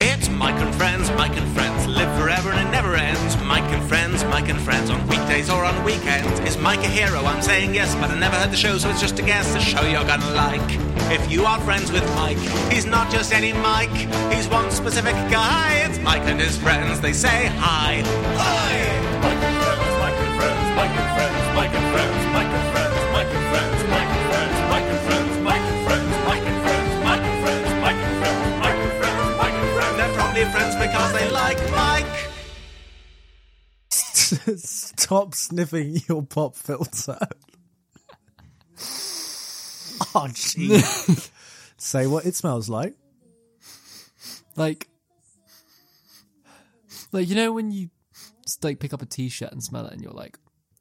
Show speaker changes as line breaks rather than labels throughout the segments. It's Mike and Friends, Mike and Friends. Live forever and it never ends. Mike and Friends, Mike and Friends. On weekdays or on weekends. Is Mike a hero? I'm saying yes, but I never heard the show, so it's just a guess. A show you're gonna like. If you are friends with Mike, he's not just any Mike. He's one specific guy. It's Mike and his friends. They say hi. Hi!
Mike and friends, Mike and friends, Mike and friends, Mike and friends, Mike and friends, Mike and friends, Mike and friends, Mike and friends, Mike and friends, Mike and friends, Mike and friends, Mike and friends, Mike and friends, Mike and friends.
They're probably friends because they like Mike.
Stop sniffing your pop filter. oh, jeez. Say what it smells like.
Like, like you know when you s- like pick up a t-shirt and smell it, and you're like,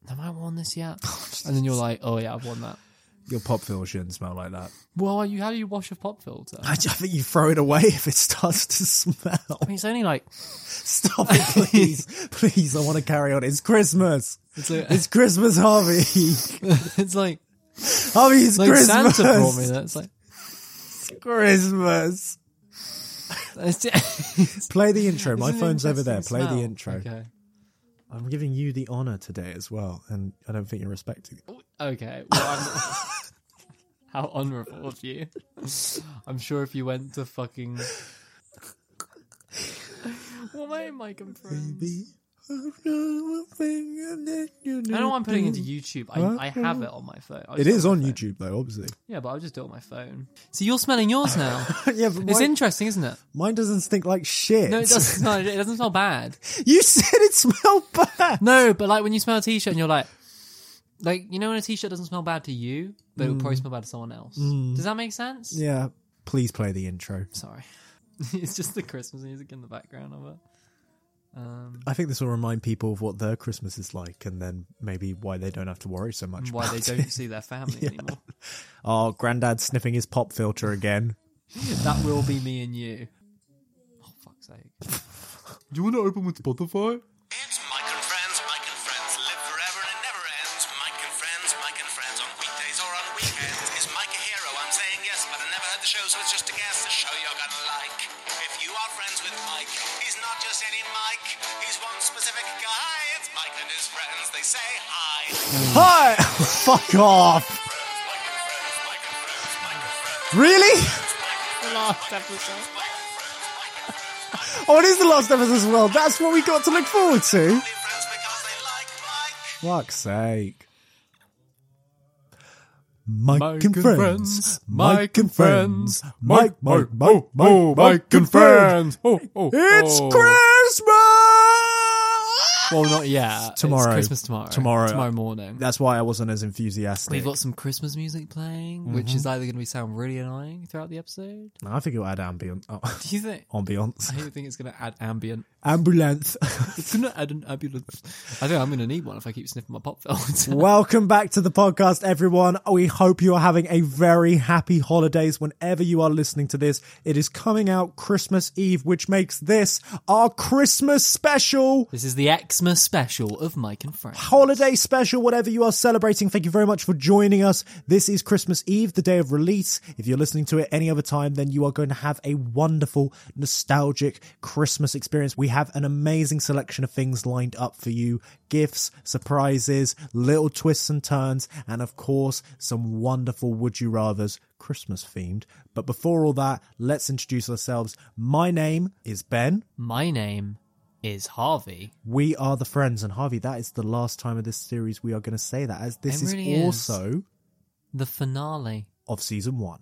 "Have I worn this yet?" and then you're like, "Oh yeah, I've worn that."
Your pop filter shouldn't smell like that.
Well, you how do you wash a pop filter? I
I, ju- I think you throw it away if it starts to smell.
mean, it's only like
Stop it, please. please, I want to carry on. It's Christmas.
it's like
It's Christmas, Harvey.
it's like
Harvey, it's
like
Christmas.
Santa brought me that. It's like
Christmas.
it's,
Play the intro. My
It's an
phone's over there.
interesting
Play the
smell.
intro.
Okay.
I'm giving you the honor today as well, and I don't think you're respecting it.
Okay. Well, I'm, how honourable of you. I'm sure if you went to fucking. What am I, Mike and Friends? I know I'm putting into YouTube. I, I have it on my phone. I
Mm-hmm. It
just-
is on YouTube though, obviously.
Yeah, but I'll just do it on my phone. So you're smelling yours now.
yeah, but
It's
mine,
interesting, isn't it?
mine doesn't stink like shit.
No, it doesn't. No, it doesn't smell bad.
You said it smelled bad.
No, but like when you smell a t-shirt and you're like, like you know when a t-shirt doesn't smell bad to you, but it would probably smell bad to someone else. Does that make sense?
Mm. Yeah, please play the intro.
Sorry. it's just the Christmas music in the background of it. Um,
I think this will remind people of what their Christmas is like, and then maybe why they don't have to worry so much.
why they
about
don't
It.
see their family anymore.
Oh, granddad sniffing his pop filter again.
That will be me and you. Oh, fuck's sake.
Do you want to open with Spotify?
It's Mike and Friends, Mike and Friends. Live forever and it never ends. Mike and Friends, Mike and Friends. On weekdays or on weekends. Is Mike a hero? I'm saying yes, but I never heard the show, so it's just a guess. The show you're gonna like. If you are friends with Mike, he's not just any Mike. He's one specific guy. It's Mike and his friends. They say hi.
Hi, fuck off. Really? Oh, it is the last episode as well. That's what we got to look forward to.
Only friends because they like Mike.
Fuck's sake. Mike,
Mike
and
and
friends,
friends,
Mike and friends, Mike, Mike, Mike,
oh,
Mike,
oh, Mike and friends. Oh, oh,
It's
Oh.
Christmas.
Well, not yet.
Tomorrow.
Uh, It's Christmas tomorrow.
Tomorrow.
Tomorrow morning.
That's why I wasn't as enthusiastic.
We've got some Christmas music playing, which is either going to be sound really annoying throughout the episode.
No, I think it'll add ambient, oh,
Do you think?
ambience,
I think it's going to add ambient.
ambulance.
It's going to add an ambulance. I think I'm going to need one if I keep sniffing my pop filter.
Welcome back to the podcast, everyone. We hope you are having a very happy holidays whenever you are listening to this. It is coming out Christmas Eve, which makes this our Christmas special.
This is the Xmas special of Mike and Friends.
holiday special, whatever you are celebrating. Thank you very much for joining us. This is Christmas Eve, the day of release. If you're listening to it any other time, then you are going to have a wonderful, nostalgic Christmas experience. We have an amazing selection of things lined up for you gifts, surprises, little twists and turns, and of course, some wonderful Would You Rathers. Christmas themed. But before all that, let's introduce ourselves. My name is Ben.
My name is Harvey.
We are the friends, and Harvey, that is the last time of this series we are going to say that, as this
It really
is
is.
also
The finale
of season one.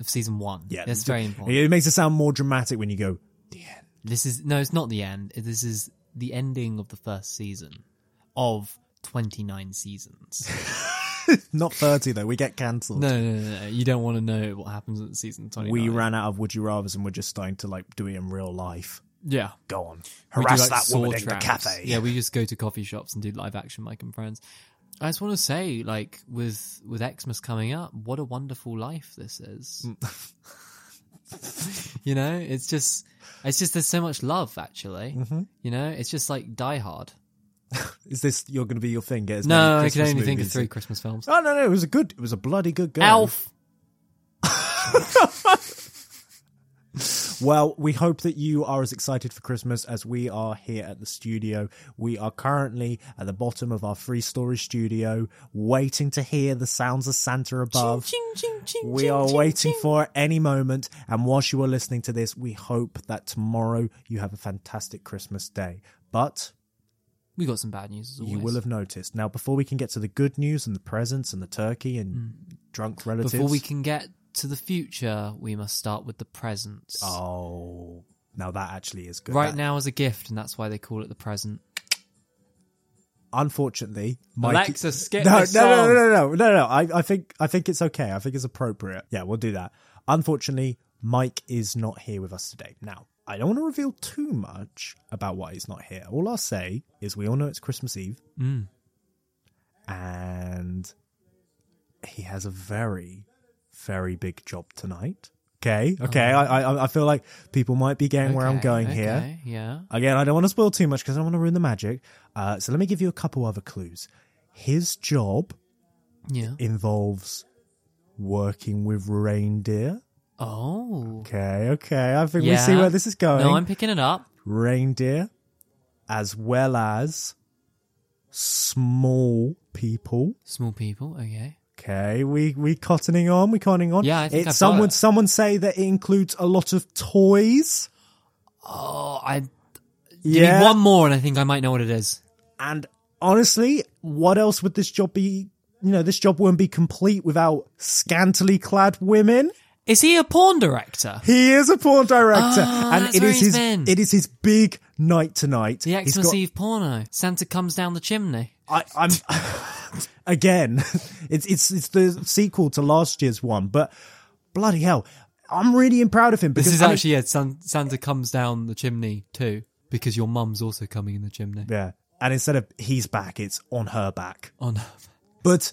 of season one. that's very important.
It makes it sound more dramatic when you go,
This is no, it's not the end. This is the ending of the first season of twenty nine seasons.
not 30 though, we get cancelled.
no, no, no, no, you don't want to know what happens at season twenty.
We ran out of Would You Rathers and we're just starting to like do it in real life.
yeah.
Go on.
We do,
Harass
like,
that
sword
woman in the
traps.
cafe.
Yeah, we just go to coffee shops and do live action Mike and Friends. I just want to say, like, with with Xmas coming up, what a wonderful life this is.
Mm.
you know, it's just, it's just there's so much love actually.
Mm-hmm.
You know, it's just like Die Hard.
Is this you're going to be your thing? Get as
No,
many
I can
Christmas
only think of
movies.
three Christmas films.
Oh no, no, it was a good, it was a bloody good go.
Elf.
Well, we hope that you are as excited for Christmas as we are here at the studio. We are currently at the bottom of our free story studio, waiting to hear the sounds of Santa above. Uh, we are waiting for it any moment. And whilst you are listening to this, we hope that tomorrow you have a fantastic Christmas day. But
We got some bad news as always.
you will have noticed. Now, before we can get to the good news and the presents and the turkey and drunk relatives.
Mm. Before we can get to the future, we must start with the presents.
Oh, now that actually is good.
right
That-
now is a gift, and that's why they call it the present.
unfortunately,
Alexa, skip
no,
this
no, no,
song.
no, no, no, no, no. I, I think, I think it's okay. I think it's appropriate. Yeah, we'll do that. Unfortunately, Mike is not here with us today. Now, I don't want to reveal too much about why he's not here. All I'll say is we all know it's Christmas Eve,
Mm.
and he has a very, very big job tonight. Okay, okay. I, I, I feel like people might be getting where I'm
Oh. Okay,
going here.
okay, Yeah.
Again, I don't want to spoil too much because I don't want to ruin the magic. Uh, so let me give you a couple other clues. His job
Yeah.
involves working with reindeer.
Oh.
Okay, okay. I think we
Yeah.
see where this is going.
No, I'm picking it up.
Reindeer, as well as small people.
Small people. Okay.
Okay, we we cottoning on, we cottoning on.
Yeah, I think
It-
I've got
some would
it.
someone say that it includes a lot of toys.
Oh, I
yeah,
need one more, and I think I might know what it is.
And honestly, what else would this job be? You know, this job wouldn't be complete without scantily clad women.
Is he a porn director?
He is a porn director,
Ah,
and
that's
it
where
is
he's
his
been.
it is his big night tonight.
The
He's
Xmas Eve porno. Santa comes down the chimney.
got- I, I'm again. It's it's it's the sequel to last year's one, but bloody hell, I'm really proud of him because
This is
I mean-
actually yeah. San- Santa comes down the chimney too, because your mum's also coming in the chimney.
yeah. And instead of he's back, it's on her back.
On
but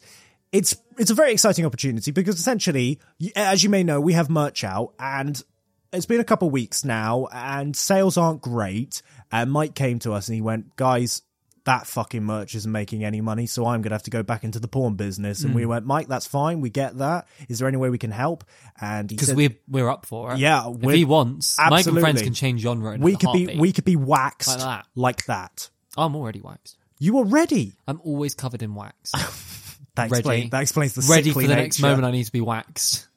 it's it's a very exciting opportunity because essentially y- as you may know we have merch out and it's been a couple of weeks now and sales aren't great and mike came to us and he went guys that fucking merch isn't making any money so i'm gonna have to go back into the porn business
Mm.
and we went mike that's fine we get that is there any way we can help and he
because
said
we're we're up for it.
Yeah,
if
we're-
he wants, Mike and friends
absolutely.
can change genre. In
we
a
could be
heartbeat.
we could be waxed
Like that.
like that
I'm already waxed.
you are ready
I'm always covered in wax.
that,
Ready.
explain, that explains the
Ready for
sickly
the next
nature.
moment. I need to be waxed.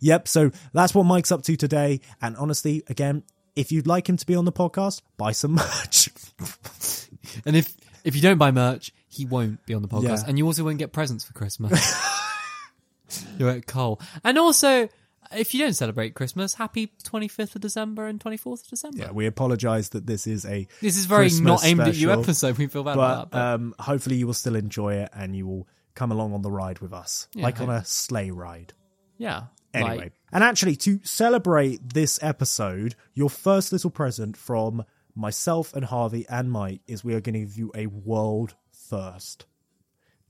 Yep. So that's what Mike's up to today. And honestly, again, if you'd like him to be on the podcast, buy some merch.
And if if you don't buy merch, he won't be on the podcast,
Yeah.
and you also won't get presents for Christmas. You're at Cole, and also if you don't celebrate Christmas, happy 25th of December and 24th of December.
yeah, we apologize that this is a
This is very
Christmas
not aimed at you
special,
episode. We feel bad about
but
that.
um, hopefully you will still enjoy it and you will come along on the ride with us, like on a sleigh ride.
but yeah.
Anyway,
Like,
and actually, to celebrate this episode, your first little present from myself and Harvey and Mike is we are going to give you a world first.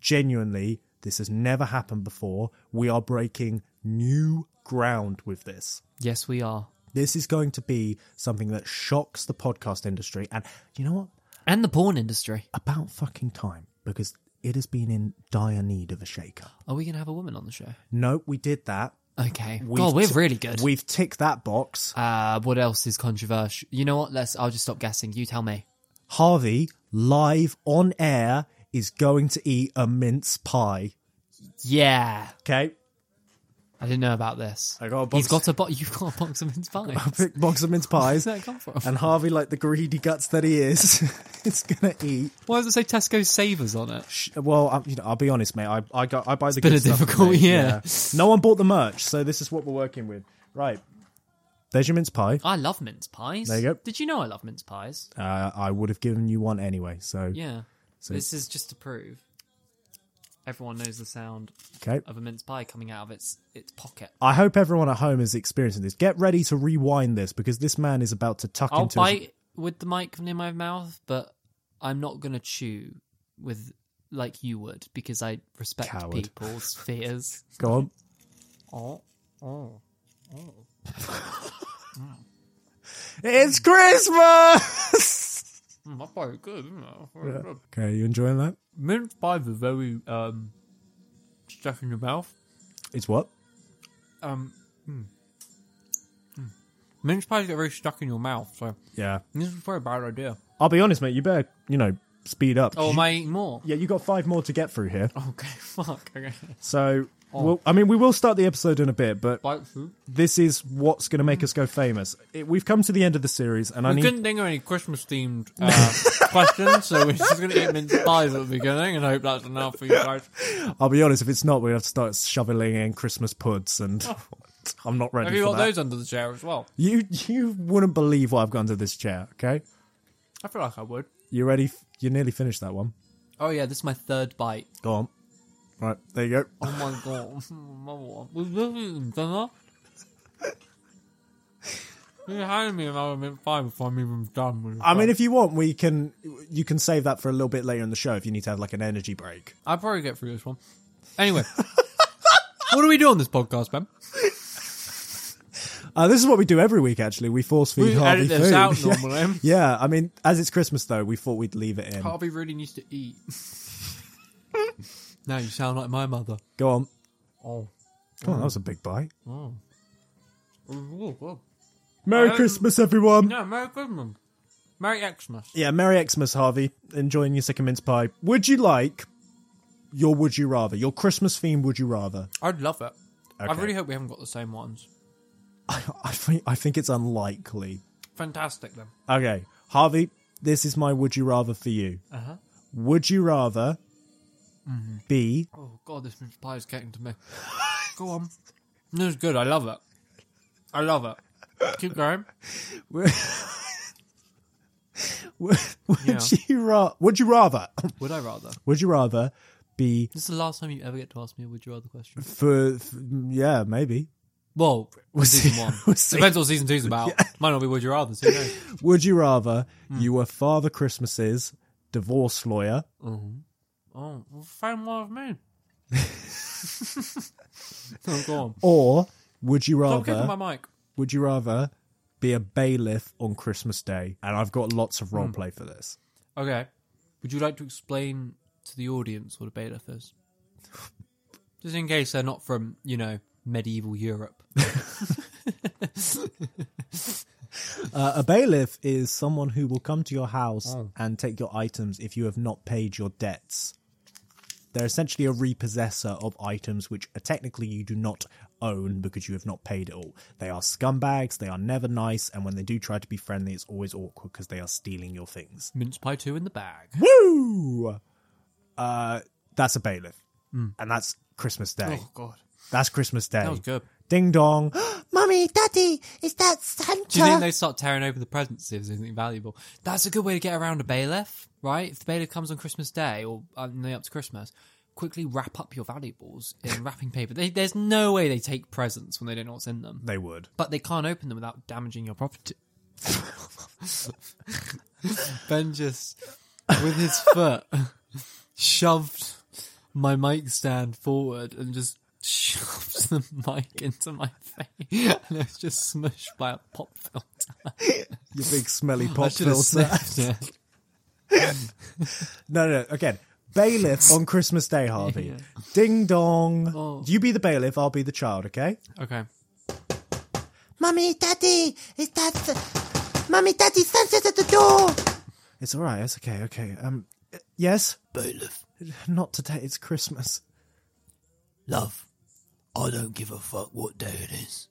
Genuinely, this has never happened before. We are breaking new ground with this.
yes, we are.
This is going to be something that shocks the podcast industry. And you know what?
And the porn industry.
About fucking time, because it has been in dire need of a shake up.
Are we going to have a woman on the show?
Nope, we did that.
Okay.
We've
God, we're
t-
really good.
We've ticked that box.
uh, what else is controversial? You know what? Let's. I'll just stop guessing. You tell me.
Harvey, live on air, is going to eat a mince pie.
Yeah.
Okay.
I didn't know about this.
I got a
He's
box-
got a box. You've got a box of mince pies.
Big box of mince pies.
Where's that come from?
And Harvey, like the greedy guts that he is, is going to eat.
Why does it say Tesco Savers on it?
Sh- Well, I, you know, I'll be honest, mate. I, I, got, I buy the
been
good
a
stuff,
difficult
mate.
year.
No one bought the merch, so this is what we're working with. Right. There's your mince pie.
I love mince pies.
There you go.
Did you know I love mince pies?
Uh, I would have given you one anyway. So,
Yeah. this is just to prove everyone knows the sound
okay.
of a mince pie coming out of its its pocket.
I hope everyone at home is experiencing this. Get ready to rewind this because this man is about to tuck
I'll
into his-
bite with the mic near my mouth, but I'm not gonna chew with like you would because I respect
Coward.
people's fears.
Go on.
Oh, oh.
It's Christmas!
Mm, that's very good, isn't it? Very good.
Okay, you enjoying that?
Mince pies are very um stuck in your mouth.
It's what?
Um,
Mince pies get very stuck in your mouth, so
Yeah.
this is a very bad idea.
I'll be honest, mate. You better, you know, speed up.
Oh,
You-
am I eating more?
Yeah, you got five more to get through here.
Oh,
Okay, fuck. Okay.
So,
Oh.
we'll, I mean, we will start the episode in a bit, but
Bite food.
this is what's going to make us go famous. It, we've come to the end of the series, and I
We
need.
couldn't think of any Christmas themed uh, questions, so we're just going to eat mince pies at the beginning and hope that's enough for you guys.
I'll be honest, if it's not, we're going to have to start shoveling in Christmas puds, and I'm not ready
Oh. Have you
for
got
that.
those under the chair as well?
You you wouldn't believe what I've got under this chair. Okay,
I feel like I would.
you ready? F- You nearly finished that one.
Oh, yeah, this is my third bite.
Go on. Right there you go.
Oh my god.
Mm,
Oh my God. Was this eating dinner? You handed me another mince pie before I'm even done with
I mean, if you want, we can. You can save that for a little bit later in the show if you need to have like an energy break.
I'll probably get through this one. Anyway. what do we do on this podcast, Ben?
Uh, this is what we do every week. Actually, we force feed
We
Harvey
edit this
food.
out
Yeah.
normally.
Yeah, I mean, as it's Christmas though, we thought we'd leave it in.
Harvey really needs to eat. now you sound like my mother.
Go on.
Oh.
Come on, that was a big bite.
Ooh, ooh.
Merry
Um,
Christmas, everyone.
No, Merry Christmas. Merry Xmas.
Yeah, Merry Xmas, Harvey. Enjoying your second mince pie. Would you like your Would You Rather? Your Christmas theme Would You Rather?
I'd love it. I
Okay.
really hope we haven't got the same ones.
I think, I think it's unlikely.
Fantastic, then.
Okay, Harvey, this is my Would You Rather for you. Uh-huh. Would you rather be.
Oh, God, this mince pie is getting to me. Go on. This is good. I love it. I love it. Keep going.
Would,
Yeah.
you, ra- would you rather.
Would I rather?
would you rather be.
This is the last time you ever get to ask me a would you rather question.
For, for- yeah, maybe.
Well,
We'll
season
see.
one.
We'll see.
Depends what season two's about. Might not be would you rather. So who knows?
Would you rather you were Father Christmas's divorce lawyer
Oh, well, same one as me. oh, go on.
or would you
Stop kicking my
rather
mic.
would you rather be a bailiff on Christmas Day? And I've got lots of role play for this.
Okay. Would you like to explain to the audience what a bailiff is? Just in case they're not from, you know, medieval Europe.
Uh, a bailiff is someone who will come to your house
Oh.
and take your items if you have not paid your debts. They're essentially a repossessor of items which are technically you do not own because you have not paid it all. They are scumbags, they are never nice, and when they do try to be friendly, it's always awkward because they are stealing your things.
Mince pie two in the bag.
Woo! Uh, that's a bailiff. And that's Christmas Day.
Hmm. Oh, God.
That's Christmas Day.
That was good.
Ding dong. Mummy, daddy, is that Santa?
Do you think they start tearing open the presents if there's anything valuable? That's a good way to get around a bailiff, right? If the bailiff comes on Christmas Day or uh, the day up to Christmas, quickly wrap up your valuables in wrapping paper. They, there's no way they take presents when they don't know what's in them,
They would.
but they can't open them without damaging your property. ben just, with his foot, shoved my mic stand forward and just shoves the mic into my face and it was just smushed by a pop filter.
Your big smelly pop
I should have
filter.
sniffed it.
No, no, no, again. Bailiff on Christmas Day, Harvey. Ding dong.
Oh.
You be the bailiff, I'll be the child, okay?
Okay.
Mummy, daddy, is that. Mummy, daddy, Santa's at the door! It's alright, it's okay, okay. Um, yes? Bailiff. Not today, it's Christmas.
Love, I don't give a fuck what day it is.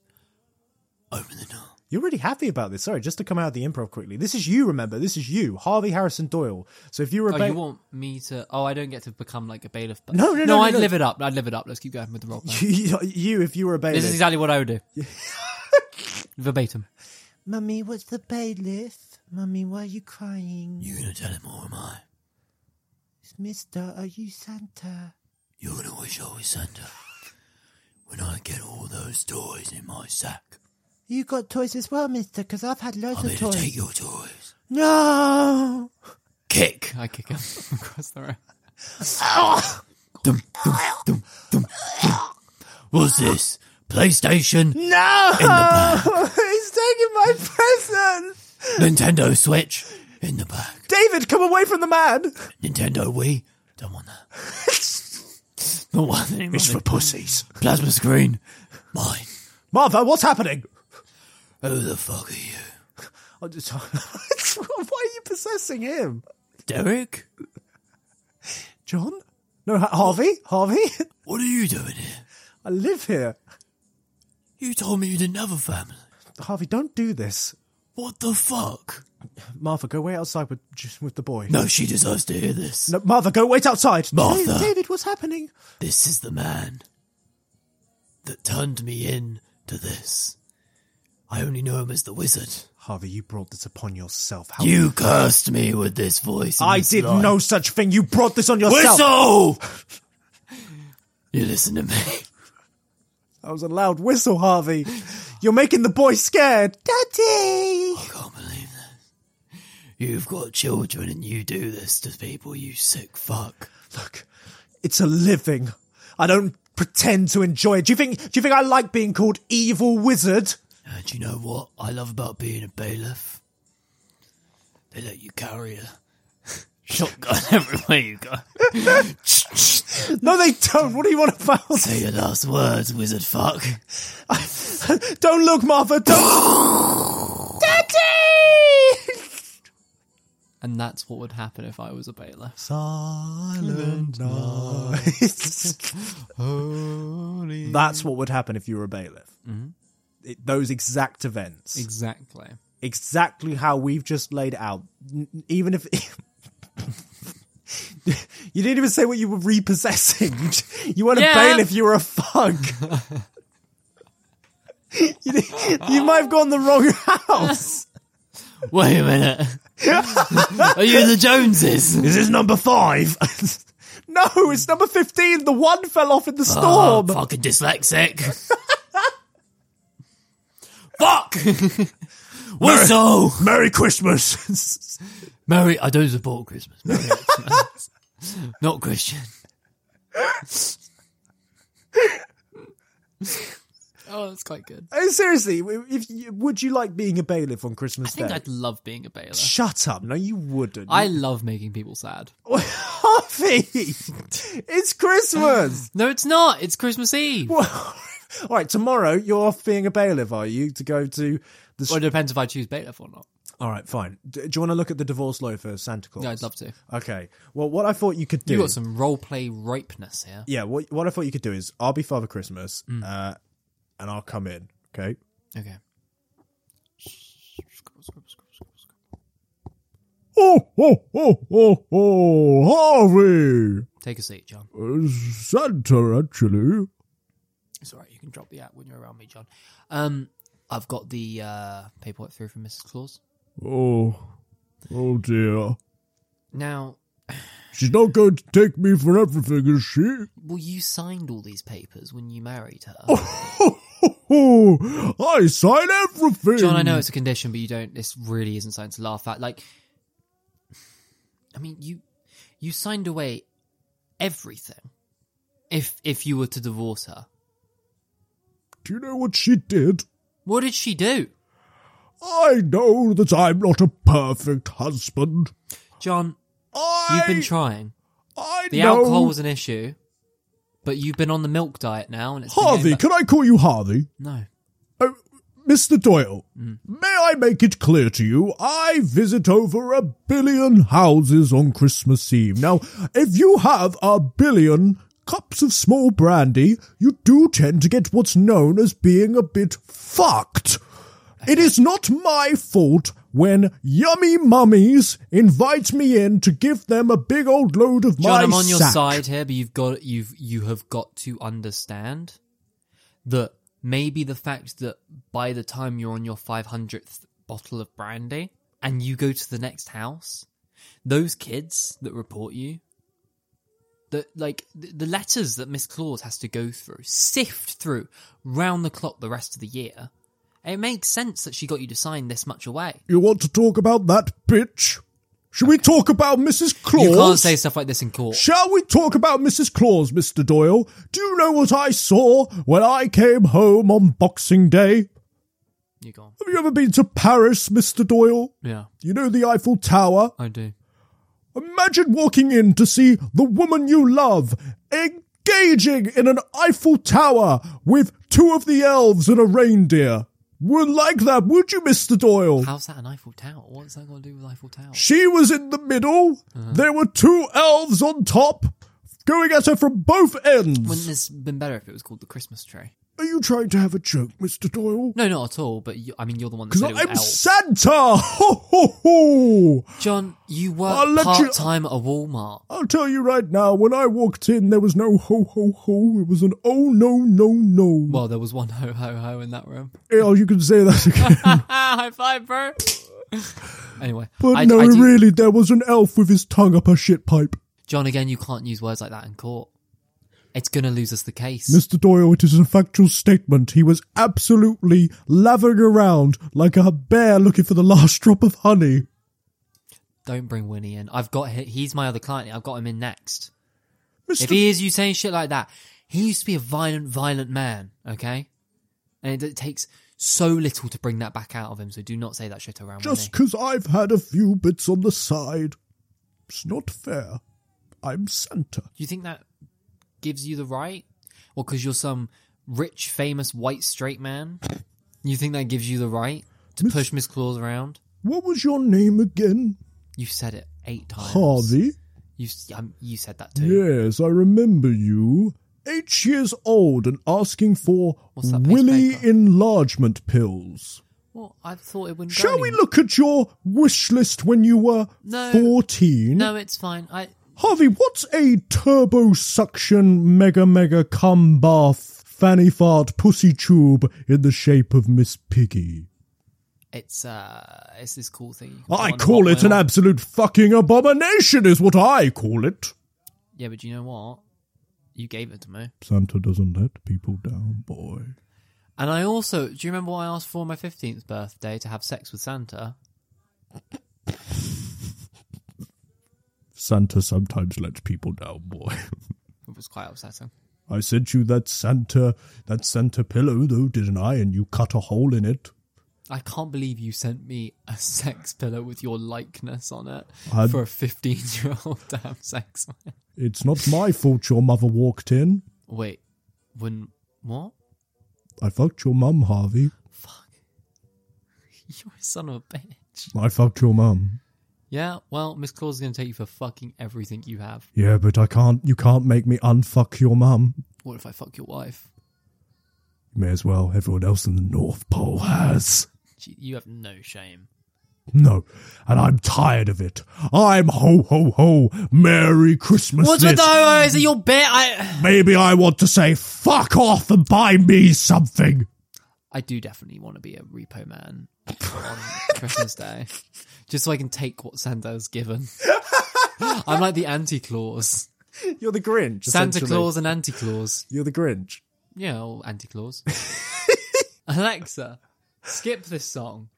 Open the door.
You're really happy about this. Sorry, just to come out of the improv quickly. This is you, remember. This is you, Harvey Harrison Doyle. So if you were a
Oh,
ba-
you want me to? Oh, I don't get to become like a bailiff. But
No, no, no, no,
I'd
no.
live it up. I'd live it up. Let's keep going with the role. play.
you, you, if you were a bailiff.
This is exactly what I would do. Verbatim.
Mummy, what's the bailiff? Mummy, why are you crying?
You're gonna tell him, or am I?
Mister, are you Santa?
You're gonna wish I was Santa when I get all those toys in my sack.
You got toys as well, Mister, because I've had loads of toys.
your toys.
No.
Kick. I kick him across the room.
Dum, dum, dum, dum. What's this? PlayStation?
No. He's taking my present.
Nintendo Switch? In the back.
David, come away from the man.
Nintendo Wii? Don't want that. Not want that anymore.
pussies.
Plasma screen? Mine.
Martha, what's happening?
Who the fuck are you?
I'm just- Why are you possessing him?
Derek?
John? No, Ha- Harvey? Harvey?
What are you doing here?
I live here.
You told me you didn't have a family.
Harvey, don't do this.
What the fuck?
Martha, go wait outside with with the boy.
No, she deserves to hear this.
No, Martha, go wait outside.
Martha.
David, David, what's happening?
This is the man that turned me in to this. I only know him as the wizard.
Harvey, you brought this upon yourself. How
You cursed me with this voice. and
I
this
did
line.
no such thing. You brought this on yourself.
Whistle! you listen to me.
That was a loud whistle, Harvey. You're making the boy scared. Daddy!
I can't believe this. You've got children and you do this to people, you sick fuck.
Look, it's a living. I don't pretend to enjoy it. Do you think do you think I like being called evil wizard?
And you know what I love about being a bailiff? They let you carry a shotgun everywhere you go.
No, they don't. What do you want about?
Say your last words, wizard fuck.
Don't look, Martha. Don't. Daddy!
And that's what would happen if I was a bailiff.
Silent night. That's what would happen if you were a bailiff. It, those exact events.
Exactly.
exactly how we've just laid it out. N- Even if you didn't even say what you were repossessing, You j- you weren't
Yeah.
a bailiff, you were a thug. you, di- you might have gone the wrong house.
Wait a minute. Are you the Joneses?
Is this number five? no, it's number fifteen. The one fell off
Ah,
in the
Oh,
storm.
fucking dyslexic. Fuck! Whistle!
Merry Christmas.
Merry, I don't support Christmas. Merry Xmas. Not Christian.
Oh, that's quite good.
Uh, Seriously, w- if you, would you like being a bailiff on
I
Christmas
think
Day?
I'd love being a bailiff.
Shut up! No, you wouldn't.
I love making people sad.
Harvey, it's Christmas.
No, it's not. It's Christmas Eve.
All right, tomorrow you're off being a bailiff, are you? To go to the.
Well, it depends if I choose bailiff or not.
All right, fine. D- do you want to look at the divorce law for Santa Claus?
Yeah, I'd love to.
Okay. Well, what I thought you could do.
You got some role play ripeness here.
Yeah. What what I thought you could do is I'll be Father Christmas,
Mm.
uh, and I'll come in. Okay.
Okay.
Oh, oh, oh, oh, oh, Harvey,
Take a seat, John.
Santa, actually.
It's all right. You can drop the app when you're around me, John. Um, I've got the uh, paperwork through from Mrs. Claus.
Oh, oh dear.
Now,
She's not going to take me for everything, is she?
well, you signed all these papers when you married her,
Oh, I sign everything.
John. I know it's a condition, but you don't. This really isn't something to laugh at. Like, I mean, you you signed away everything. If if you were to divorce her,
Do you know what she did?
what did she do,
I know that I'm not a perfect husband.
John?
I,
You've been trying.
I
The
know.
alcohol was an issue, but you've been on the milk diet now, and it's been
Harvey,
getting
can I call you Harvey?
ba- no. Mm.
Oh, Mr. Doyle, may I make it clear to you, I visit over a billion houses on Christmas Eve. Now, if you have a billion cups of small brandy, you do tend to get what's known as being a bit fucked. It is not my fault when yummy mummies invite me in to give them a big old load of
John,
my
I'm on your
sack.
side here, but you've got you've you have got to understand that maybe the fact that by the time you're on your 500th bottle of brandy and you go to the next house, those kids that report you, that like the, the letters that Miss Claus has to go through, sift through round the clock the rest of the year. It makes sense that she got you to sign this much away.
You want to talk about that bitch? Should we talk about Mrs. Claus?
You can't say stuff like this in court.
Shall we talk about Mrs. Claus, Mr. Doyle? Do you know what I saw when I came home on Boxing Day?
You go.
Have you ever been to Paris, Mr. Doyle?
Yeah,
You know the Eiffel Tower?
I do.
Imagine walking in to see the woman you love engaging in an Eiffel Tower with two of the elves and a reindeer. Wouldn't like that, would you, Mr. Doyle?
How's that an Eiffel Tower? What's that got to do with Eiffel Tower?
She was in the middle. There were two elves on top going at her from both
Wouldn't
ends.
this have been better if it was called the Christmas tree?
Are you trying to have a joke, Mr. Doyle?
No, not at all. But you, I mean, you're the one that
'Cause
said it was
I'm
elves.
Santa! Ho ho ho!
John, you
I'll
work
let you-
part time at a Walmart.
I'll tell you right now, when I walked in, there was no ho ho ho. It was an oh no no no.
Well, Oh, there was one ho ho ho in that room.
Oh, you can say that again.
Ah, high five, bro. anyway,
But
I,
no,
I do-
really, there was an elf with his tongue up her shit pipe.
John, again, you can't use words like that in court. It's gonna lose us the case.
Mr. Doyle, it is a factual statement. He was absolutely laving around like a bear looking for the last drop of honey.
Don't bring Winnie in. I've got hi- he's my other client. I've got him in next.
Mr.
If he is you saying shit like that, he used to be a violent, violent man. Okay, and it, it takes so little to bring that back out of him. So do not say that shit around
Just
Winnie.
'cause I've had a few bits on the side. It's not fair. I'm Santa.
Do you think that gives you the right? Or because you're some rich, famous white straight man, you think that gives you the right to push Miss Claus around?
What was your name again?
You said it eight times.
Harvey?
You s- um, you said that too.
Yes, I remember you. Eight years old and asking for
What's that piece of
willy
paper?
enlargement pills.
Well, I thought it wouldn't. go
Shall we
anywhere.
look at your wish list when you were
No.
14?
No, it's fine. I
Harvey, what's a turbo suction mega mega cum bath fanny fart pussy tube in the shape of Miss Piggy?
it's uh it's this cool thing. you can put
I
on
call
Hot
it an
Wheel.
absolute fucking abomination, is what I call it.
Yeah, but you know what? You gave it to me,
Santa doesn't let people down, boy.
and I also do. You remember what I asked for on my fifteenth birthday to have sex with Santa?
Santa sometimes lets people down, boy.
It was quite upsetting.
I sent you that Santa, that Santa pillow, though, didn't I? And you cut a hole in it.
I can't believe you sent me a sex pillow with your likeness on it
I'd-
for a fifteen-year-old to have sex. with.
It's not my fault your mother walked in.
Wait, wouldn't what?
I fucked your mum, Harvey.
You're a son of a bitch.
I fucked your mum.
Yeah, well, Miss Claus is going to take you for fucking everything you have.
Yeah, but I can't. You can't make me unfuck your mum.
What if I fuck your wife?
You may as well. Everyone else in the North Pole has.
Gee, you have no shame.
No, and I'm tired of it. I'm ho ho ho. Merry Christmas.
What's with the ho Oh, Is it your bit? I
Maybe I want to say fuck off and buy me something.
I do definitely want to be a repo man on Christmas Day, just so I can take what Santa's given. I'm like the anti Claus,
You're the Grinch.
Santa Claus and anti Claus.
You're the Grinch.
Yeah, or anti Claus. Alexa, skip this song.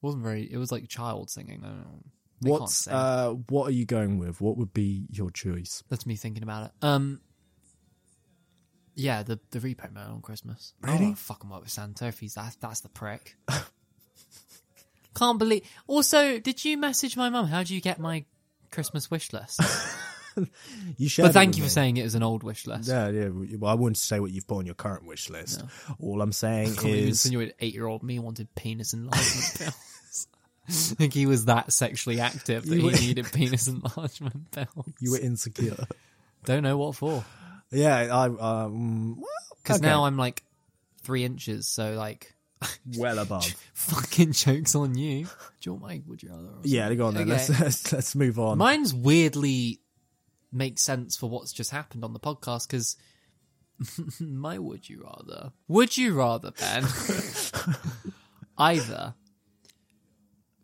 wasn't very. It was like child singing. I don't know. They can't sing.
uh? What are you going with? What would be your choice?
That's me thinking about it. Um, yeah, the the repo man on Christmas. Oh, I don't
Really?
wanna fuck him up with Santa if he's that. That's the prick. Can't believe. Also, did you message my mum? How do you get my Christmas wish list?
You should.
but thank you for saying it was an old wish list.
Yeah, yeah. Well, I wouldn't say what you've put on your current wish list. All I'm saying
Can't believe you
is,
insinuated eight year old me wanted penis enlargement pills. I think he was that sexually active that
You
he
were-
needed penis enlargement pills.
you were insecure.
Don't know what for.
yeah, I um, well,
Because
okay.
now I'm like three inches, so like
well above.
fucking jokes on you. Do you want my would you rather? or
Yeah,
something?
go on then. Let's,
Okay.
let's let's move on.
Mine's weirdly makes sense for what's just happened on the podcast because my would you rather? Would you rather, Ben? either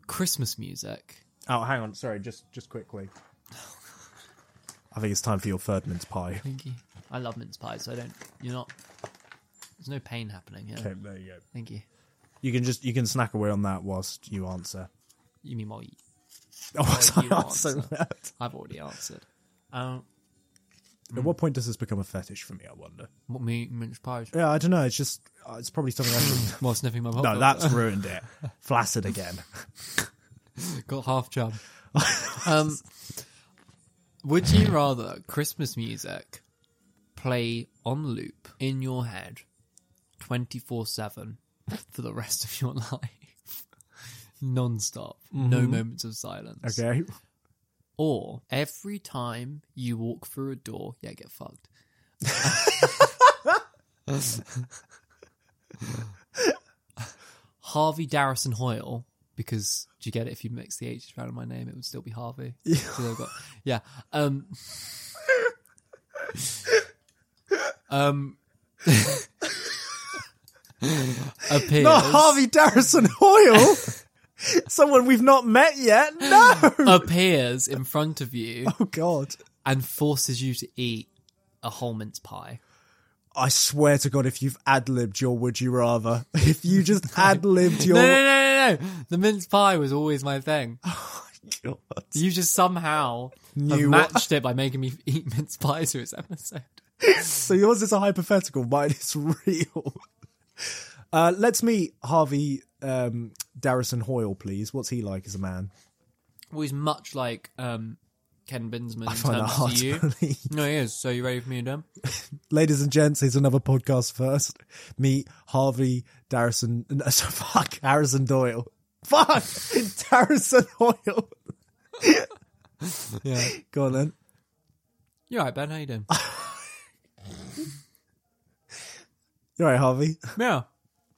Christmas music.
oh, hang on. Sorry, just just quickly. I think it's time for your third mince pie.
Thank you. I love mince pie, so I don't. You're not. There's no pain happening here.
Okay, there you go.
Thank you.
You can just you can snack away on that whilst you answer.
You mean while you-
Oh,
Well, you
I answer
answer.
that.
I've already answered. Um,
At what point does this become a fetish for me? I wonder.
what me mince pies?
Yeah, I don't know. It's just uh, it's probably something I should.
While sniffing my pop
no, that's ruined it. Flaccid again.
Got half chub. um, would you rather Christmas music play on loop in your head 24 7
for the rest of your life, non-stop, no moments of silence.
Okay.
Or every time you walk through a door, yeah, get fucked. Harvey Darrison Hoyle, because do you get it? If you mix the H's around in my name, it would still be Harvey. So they've got- yeah. Um, um, appears.
Not Oh, Harvey Darrison Hoyle. Someone we've not met yet. No.
appears in front of you
Oh God.
and forces you to eat a whole mince pie.
I swear to God, if you've ad libbed your would you rather, if you just ad libbed your
No, no, no, no, no. The mince pie was always my thing.
God.
You just somehow have
Knew what-
matched it by making me eat mince pie through its episode.
So yours is a hypothetical, mine is real. Uh, let's meet Harvey um, Darrison Hoyle, please. What's he like as a man?
Well, he's much like um, Ken Binsman in
find that
terms
hard
of
to
you.
believe.
No, he is. So you ready for me and him?
Ladies and gents, here's another podcast first. Meet Harvey Darrison. No, sorry, fuck, Harrison Doyle. Fuck! Darrison Hoyle.
Yeah.
Go on then.
You're right, Ben. How you doing?
You're right, Harvey.
yeah.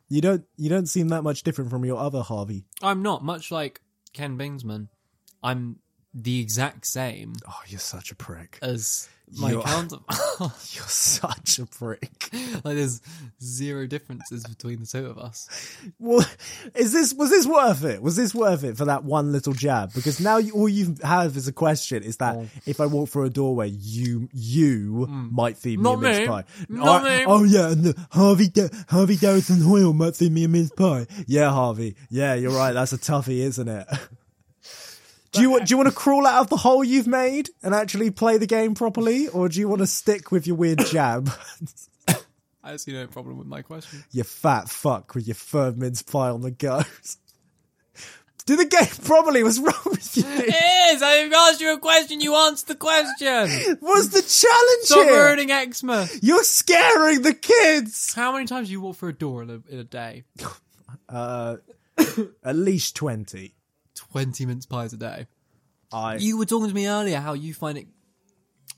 You don't you don't seem that much different from your other Harvey.
I'm not much like Ken Binsman. I'm the exact same
Oh, you're such a prick.
as my
You are-
counterpart.
You're such a prick.
like there's zero differences between the two of us.
Well, is this was this worth it? Was this worth it for that one little jab? Because now you, all you have is a question: is that if I walk through a doorway, you you might feed me
Hmm. Not
a mince
me.
pie?
Not
oh,
me.
oh yeah, and the Harvey Da- Harvey Darrison Hoyle might feed me a mince pie. Yeah, Harvey. Yeah, you're right. That's a toughie, isn't it? Do you want, do you want to crawl out of the hole you've made and actually play the game properly, or do you want to stick with your weird jab?
I see no problem with my question.
you fat fuck with your third mince pie on the go. Do the game properly. What's wrong with you?
It is! I've asked you a question, you answered the question!
What's the challenge
Stop
here?
ruining Xmas!
You're scaring the kids.
How many times do you walk through a door in a, in a day?
At least twenty.
20 mince pies a day.
I
You were talking to me earlier how you find it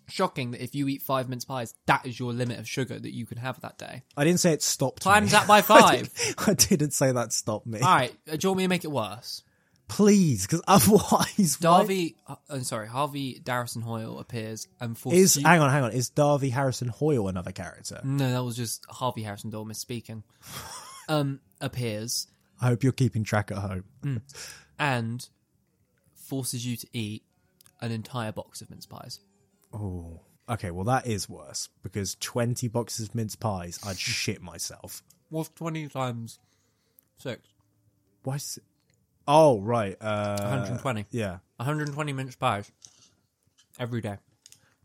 shocking that if you eat five mince pies, that is your limit of sugar that you can have that day.
I didn't say it stopped. me.
Times that by five.
I didn't say that stopped me.
Alright, do you want me to make it worse?
Please, because otherwise, why
Darby, uh, I'm sorry, Harvey Darrison Hoyle appears and forces
is
you- Mm.
hang on, hang on. Is Darby Harrison Hoyle another character?
No, that was just Harvey Harrison Doyle misspeaking. um, appears
I hope you're keeping track at home.
and forces you to eat an entire box of mince pies.
Oh, okay. Well, that is worse because twenty boxes of mince pies, I'd shit myself.
What's 20 times 6?
Why? Is it... Oh, right. Uh,
120.
Yeah.
120 mince pies every day.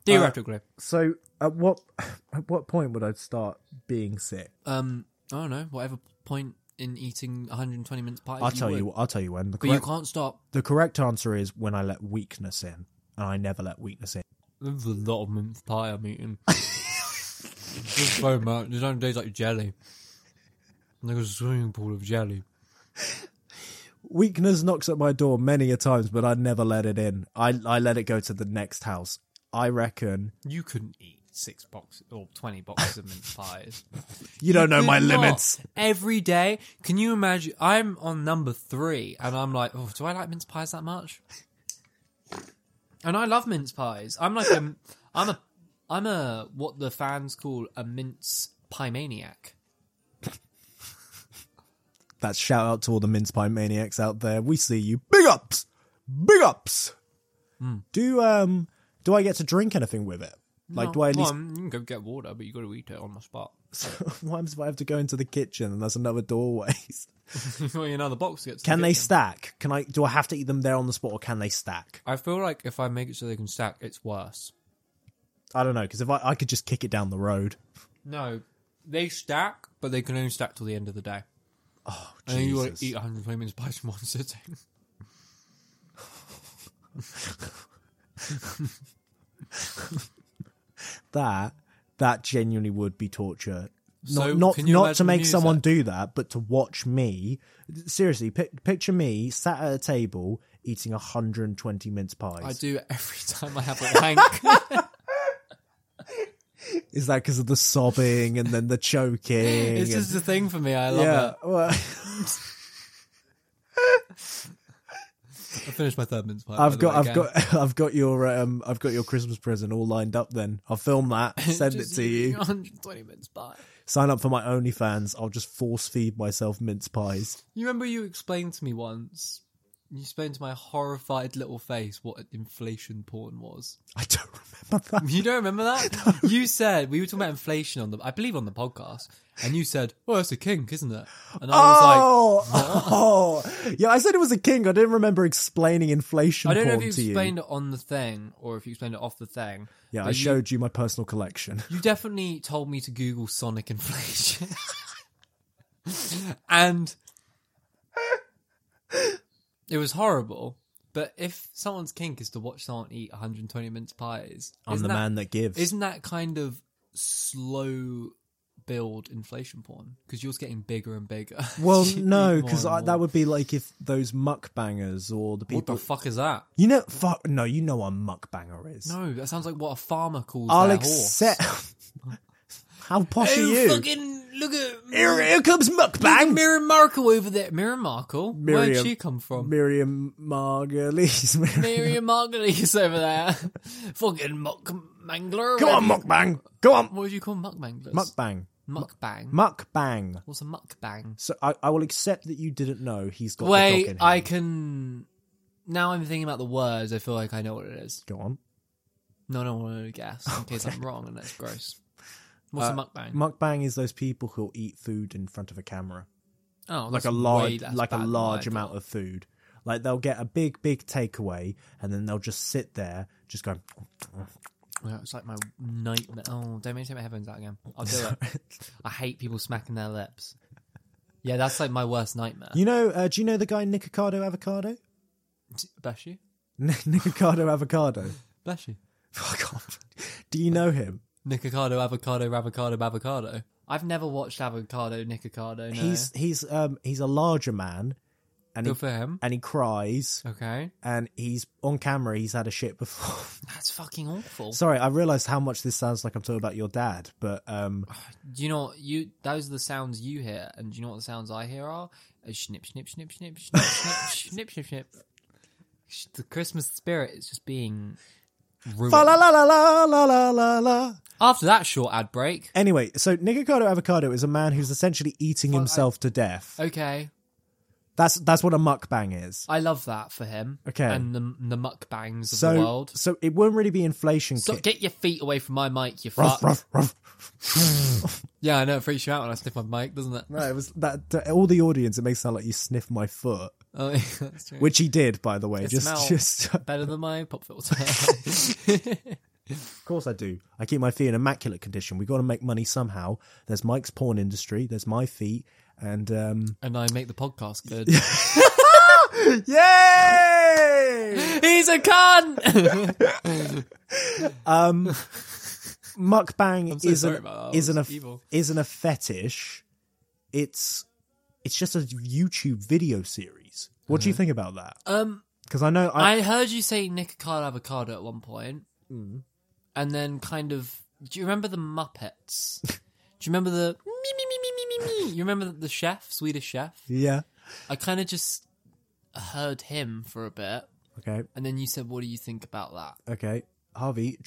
Theoretically.
So at what at what point would I start being sick?
um, I don't know, whatever point in eating 120 mince pies.
I'll tell
would.
you. I'll tell you when. The
But you
correct,
can't stop.
the correct answer is when I let weakness in, and I never let weakness in.
There's a lot of mince pie I'm eating. There's so much. There's only days like jelly. And there's a swimming pool of jelly.
Weakness knocks at my door many a times, but I never let it in. I I let it go to the next house. I reckon
You couldn't eat six boxes or 20 boxes of mince pies.
you don't know my
Could not.
limits.
Every day. Can you imagine? I'm on number three and I'm like, oh, do I like mince pies that much? And I love mince pies. I'm like, a, I'm a, I'm a, what the fans call a mince pie maniac.
That's shout out to all the mince pie maniacs out there. We see you. Big ups, big ups.
Hmm.
Do um do I get to drink anything with it? Like
Oh,
do I at
Well,
least
um, you can go get water, but you got to eat it on the spot.
Sometimes if I have to go into the kitchen and there's another doorway.
You got another box to get to
Can
the
they
kitchen.
stack? Can I do I have to eat them there on the spot or can they stack?
I feel like if I make it so they can stack, it's worse.
I don't know, because if I, I could just kick it down the road.
No, they stack, but they can only stack till the end of the day. Oh, and then you got
Jesus.
to eat 120 minutes pies in one sitting.
That that genuinely would be torture Not
So
not,
can you
not
imagine
to make
music?
someone do that, but to watch me. Seriously, pic- picture me sat at a table eating 120 mince pies.
I do it every time I have a wank.
Is that because of the sobbing and then the choking?
it's
and-
just a thing for me. I love
yeah.
it.
Well,
I finished my third mince pie. by the
I've got,
way,
I've
again.
got, I've got your, um, I've got your Christmas present all lined up. Then I'll film that, send it
Just
to
eating
you.
120 mince pie.
Sign up for my OnlyFans. I'll just force feed myself mince pies.
You remember you explained to me once. You explained to my horrified little face what inflation porn was.
I don't remember that.
You don't remember that? You said we were talking about inflation on the, I believe, on the podcast, and you said, "Oh, that's a kink, isn't it?" And I was
Oh, oh, yeah. I said it was a king. I didn't remember explaining inflation.
like, "I don't know
porn
if you
to
explained it on the thing or if you explained it off the thing."
Yeah,
but
I
you-
showed you my personal collection.
You definitely told me to Google Sonic inflation, and it was horrible. But if someone's kink is to watch someone eat 120 mince pies,
I'm
isn't
the
that-
man that gives.
Isn't that kind of slow build inflation porn? Because yours getting bigger and bigger.
well,
You
no,
eat more
because
and
that
more.
would be like if those muckbangers or the
What
people.
the fuck is that?
you know, fuck. No, you know what a muckbanger is.
No, that sounds like what a farmer calls
I'll
their
accept. How
horse.
posh are
Oh,
you?
fucking look at
Here, here comes
Bang.
mukbang.
Miriam Markle over there. Miriam Markle? Where'd
Miriam-
she come from?
Miriam Margulies. Miriam.
Miriam Margulies over there. fucking muckmangler.
Come on,
whatever you-
mukbang. Go on,
What would you call muckmanglers?
mukbang.
Muckbang.
Mukbang.
What's a muckbang?
So I, I will accept that you didn't know he's got the dog
Wait,
in
I
him.
can. Now I'm thinking about the words. I feel like I know what it is.
Go on.
No, I don't want to guess in case I'm wrong and that's gross.
Uh,
What's a mukbang?
Mukbang is those people who'll eat food in front of a camera,
oh,
like a large, like a large amount of food. Like they'll get a big, big takeaway, and then they'll just sit there, just going.
it's like my nightmare. Oh, don't make me take my headphones out again. I'll do it. I hate people smacking their lips. Yeah, that's like my worst nightmare.
You know? Uh, do you know the guy Nicocado Avocado?
Bless you.
Nicocado Avocado.
Bless you.
Oh, God. Do you know him?
Nicocado, avocado, avocado, avocado. I've never watched avocado, nicocado. No.
He's he's um he's a larger man, and he,
good for him.
and he cries,
Okay,
and he's on camera. He's had a shit before.
that's fucking awful.
Sorry, I realised how much this sounds like I'm talking about your dad, but um,
Do you know what you? Those are the sounds you hear, and do you know what the sounds I hear are? A snip, snip, snip, snip, snip, snip, snip, snip, snip. Sh- The Christmas spirit is just being ruined.
fa la la la la la la la la.
After that short ad break,
Anyway, so Nicocado Avocado is a man who's essentially eating himself to death.
okay,
That's that's what a mukbang is.
I love that for him.
Okay.
and the the mukbangs of the
So
world.
so it won't really be inflation.
So
ki-
get your feet away from my mic, you
Ruff,
fuck.
ruff, ruff.
Yeah, I know it freaks you out when I sniff my mic, doesn't it?
No, it was that that- all the audience. It makes it sound like you sniffed my foot,
Oh, yeah, that's true.
which he did, by the way.
It
just
smells
just
better than my pop filter.
Of course I do. I keep my feet in immaculate condition. We got to make money somehow. There's Mike's porn industry. There's my feet, and um,
and I make the podcast good.
yay!
He's a cunt.
Mukbang
so sorry
isn't
about that. That
isn't
was
a
evil.
isn't a fetish. It's it's just a YouTube video series. What do you think about that?
Mm-hmm. um.
Because I know I,
I heard you say Nicocado Avocado at one point,
Hmm.
and then kind of. Do you remember the Muppets? do you remember the me me me me me me me? You remember the- the chef, Swedish chef?
yeah
I kind of just heard him for a bit,
okay
and then you said, "What do you think about that?"
okay Harvey.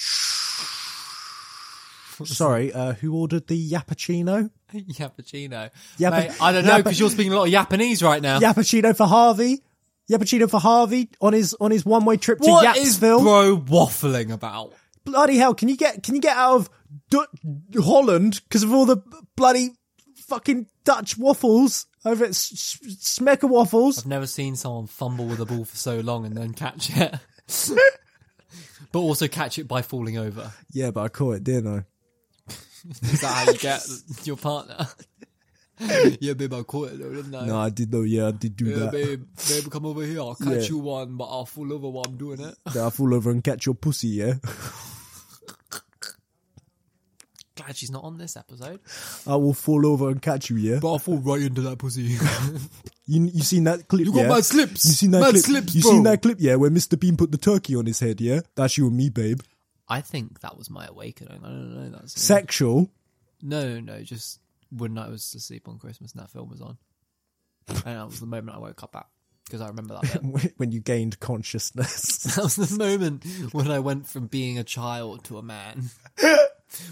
Sorry, uh, who ordered the yappuccino?
Yappuccino.
Yappa-
Mate, I don't know
Yappa-
because you're speaking a lot of Japanese right now.
Yappuccino for Harvey. Yappuccino for Harvey on his on his one way trip to
What is
Yapsville.
bro waffling about?
bloody hell! Can you get can you get out of Du- Holland because of all the bloody fucking Dutch waffles over at S- S- Smecker Waffles?
I've never seen someone fumble with a ball for so long and then catch it. but also catch it by falling over.
Yeah, but I caught it, didn't I?
Is that how you get your partner? yeah, babe, I caught it though, didn't I?
No, I did though. Yeah, I did do
yeah,
that.
babe, babe, come over here. I'll catch
Yeah.
you one, but I'll fall over while I'm doing it.
Then I fall over and catch your pussy. Yeah.
Glad glad she's not on this episode.
I will fall over and catch you, yeah?
But I fall right into that pussy.
You, you seen that clip?
You got
yeah?
mad slips.
You seen that
Mad
clip?
slips,
you
bro.
seen that clip? Yeah, where Mr. Bean put the turkey on his head. Yeah, that's you and me, babe.
I think that was my awakening. I don't know. That's
Sexual.
no, no, no. Just when I was asleep on Christmas and that film was on, and that was the moment I woke up at because I remember that. Bit.
When you gained consciousness,
that was the moment when I went from being a child to a man.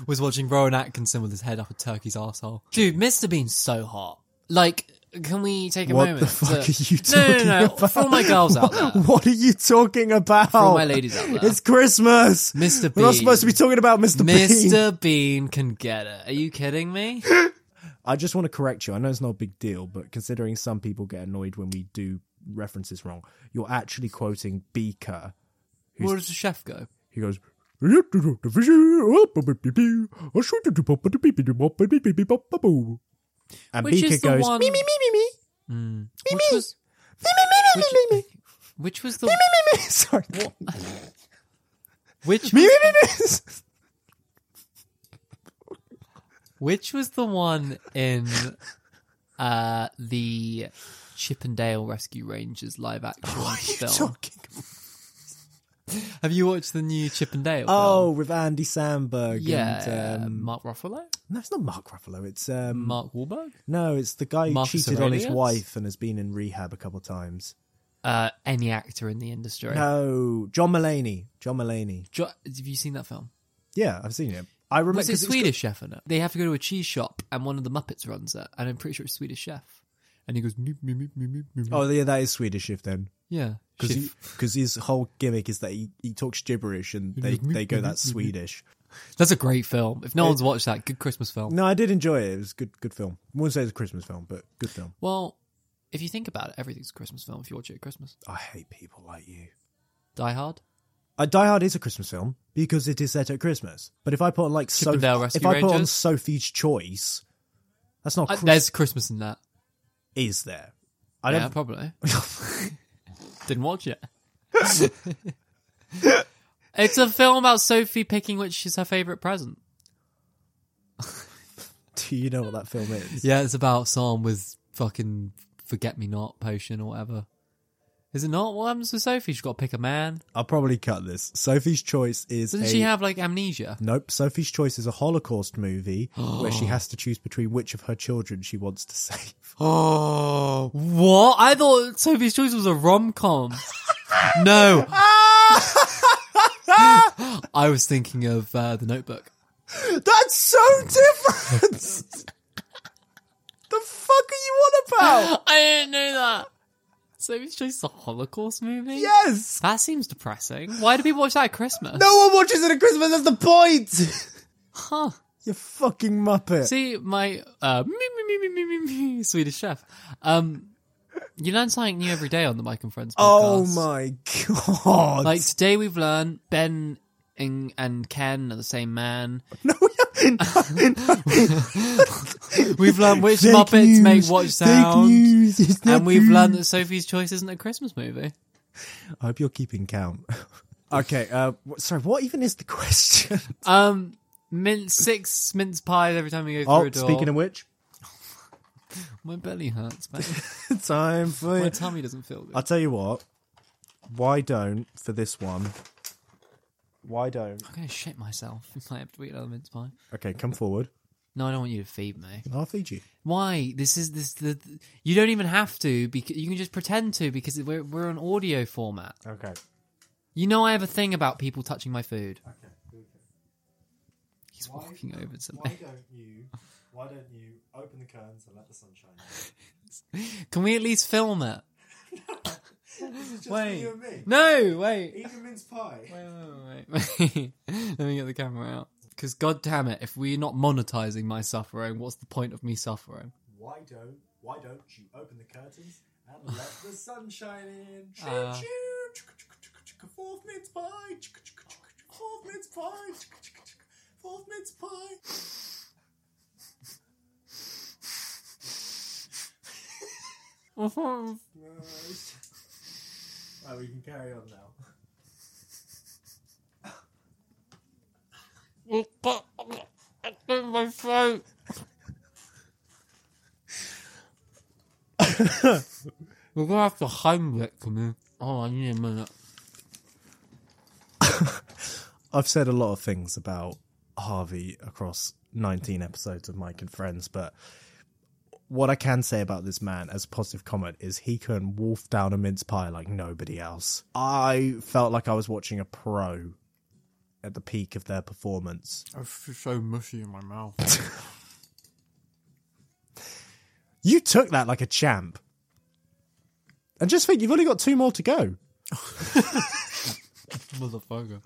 was watching Rowan Atkinson with his head up a turkey's asshole. Dude, Mr. Bean's so hot. Like, can we take a
What
moment?
the fuck
to-
are you
No, no,
talking
no.
about?
For all my girls out there.
what are you talking about?
all my ladies out there.
It's Christmas,
Mr.
We're not
Bean.
supposed to be talking about Mr. Bean.
Mr. Bean can get it. Are you kidding me?
I just want to correct you. I know it's not a big deal, but considering some people get annoyed when we do references wrong, you're actually quoting Beaker,
Where does the chef go?
He goes. And
Which
Beaker
is the
goes.
one?
Me
Hmm.
me me me me.
Which was,
me, me, me, me, me.
which was the
Sorry.
which
Me, me, me, me.
which was the one in uh the Chippendale Rescue Rangers live action film? Have you watched the new Chippendale?
Oh,
film?
with Andy Samberg.
yeah,
And, um,
Mark Ruffalo,
no, it's not Mark Ruffalo. It's um,
Mark Wahlberg,
no, it's the guy who
Marcus
cheated on his
Aurelius?
wife and has been in rehab a couple of times.
uh, any actor in the industry.
No, John Mulaney. John Mulaney.
Jo- have you seen that film?
Yeah, I've seen it. I remember.
Was it
'cause it's
Swedish chef in it? They have to go to a cheese shop, and one of the Muppets runs it, and I'm pretty sure it's Swedish chef. And he goes, meep, meep, meep, meep, meep, meep.
got- Oh, yeah, that is Swedish. If then.
yeah, chef.
Because his whole gimmick is that he, he talks gibberish and they, they go that Swedish.
that's a great film. If no one's watched that, good Christmas film.
No, I did enjoy it. It was a good, good film. I wouldn't say it's a Christmas film, but good film.
Well, if you think about it, everything's a Christmas film. If you watch it at Christmas,
I hate people like you.
Die Hard.
Uh, Die Hard is a Christmas film because it is set at Christmas. But if I put on like so, if
Chippendale Rescue
I put on
Rangers?
Sophie's Choice, that's not
I,
Chris-
there's Christmas in that.
is there? I
Yeah,
don't.
probably. Didn't watch it. it's a film about Sophie picking which is her favorite present.
Do you know what that film is?
Yeah, it's about someone with fucking forget me not potion or whatever. Is it not? What happens to Sophie? She's got to pick a man.
I'll probably cut this. Sophie's Choice is
Doesn't
a
she have like amnesia?
nope. Sophie's Choice is a Holocaust movie where she has to choose between which of her children she wants to save.
Oh, what? I thought Sophie's Choice was a rom com. no. I was thinking of uh, The Notebook.
That's so different. the fuck are you on about?
I didn't know that. Sophie's Choice is a Holocaust movie?
Yes.
That seems depressing. Why do people watch that at Christmas?
No one watches it at Christmas. That's the point.
Huh.
you fucking muppet.
See, my uh, me, me, me, me, me, me, me, Swedish chef. Um, you learn something new every day on the Mike and Friends podcast.
Oh my god!
Like today, we've learned Ben and, and Ken are the same man.
no, we haven't.
We've learned which
Fake
Muppets
news,
make what sound.
Fake news. It's not
And we've
true.
learned that Sophie's Choice isn't a Christmas movie.
I hope you're keeping count. okay. Uh, wh- sorry. What even is the question?
Um, mince six mince pies every time you go
oh,
through a door.
speaking of which,
my belly hurts, man.
time for.
my
it.
tummy doesn't feel good.
I'll tell you what. Why don't for this one? Why don't?
I'm gonna shit myself if I have to eat another mince pie.
Okay, come forward.
No, I don't want you to feed me.
I'll feed you.
Why? This is this the you don't even have to because you can just pretend to because we're we're on audio format.
Okay.
You know I have a thing about people touching my food. He's walking over to me.
don't you? Why don't you open the curtains and let the sunshine?
Can we at least film it? wait.
me.
No, wait.
Eat a mince pie.
Wait, wait, wait, wait. Let me get the camera out. Because god damn it, if we're not monetizing my suffering, what's the point of me suffering?
Why don't Why don't you open the curtains and let the sunshine in? Choo
Uh.
choo. Chicka, chicka, chicka, chicka. Fourth mince pie. Chicka, chicka, chicka, chicka. Fourth mince pie. Chicka, chicka, chicka. Fourth mince pie. Nice. Right, we can carry on now.
Well, but- I don't
my throat. We're gonna have to Heimlich come in. Oh, I need a minute.
I've said a lot of things about Harvey across 19 episodes of Mike and Friends, but what I can say about this man as a positive comment is he can wolf down a mince pie like nobody else. I felt like I was watching a pro at the peak of their performance.
I feel so mushy in my mouth.
You took that like a champ. And just think, you've only got two more to go.
Motherfucker.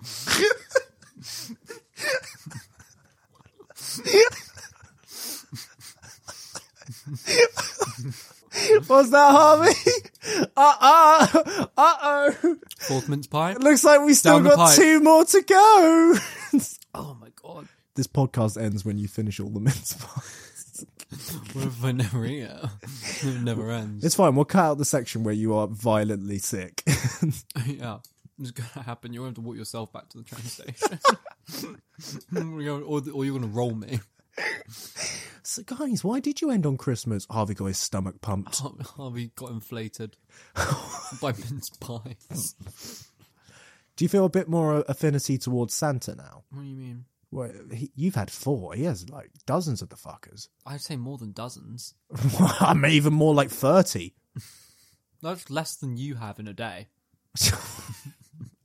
What's that, Harvey? Uh-uh. Uh-oh.
Fourth mince pie.
Looks like we still
Down the
got
pipe.
two more to go.
Oh my god.
this podcast ends when you finish all the mince pies.
What if I never eat it? It never ends.
It's fine. We'll cut out the section where you are violently sick.
yeah. It's gonna happen. You're gonna have to walk yourself back to the train station. We're gonna- or, or you're gonna roll me.
so, guys, why did you end on Christmas? Harvey got his stomach pumped.
Har- Harvey got inflated by mince pies.
Do you feel a bit more affinity towards Santa now?
What do you mean?
Well, he, you've had four. He has like dozens of the fuckers.
I'd say more than dozens.
I'm even more like 30.
That's less than you have in a day,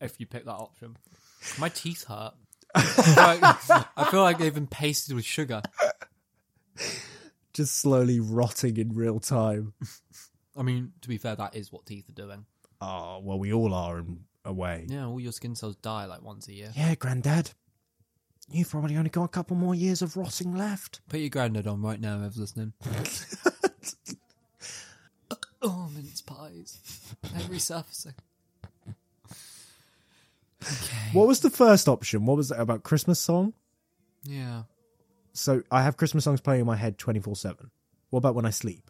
if you pick that option. My teeth hurt. I feel like, I feel like they've been pasted with sugar.
Just slowly rotting in real time.
I mean, to be fair, that is what teeth are doing.
Oh, well, we all are in a way.
Yeah, all your skin cells die like once a year.
Yeah, Grandad. You've probably only got a couple more years of rotting left.
Put your granddad on right now, whoever's listening. oh, mince pies. Every surfacing. Okay.
What was the first option? What was that about Christmas song?
Yeah.
So I have Christmas songs playing in my head 24 7. What about when I sleep?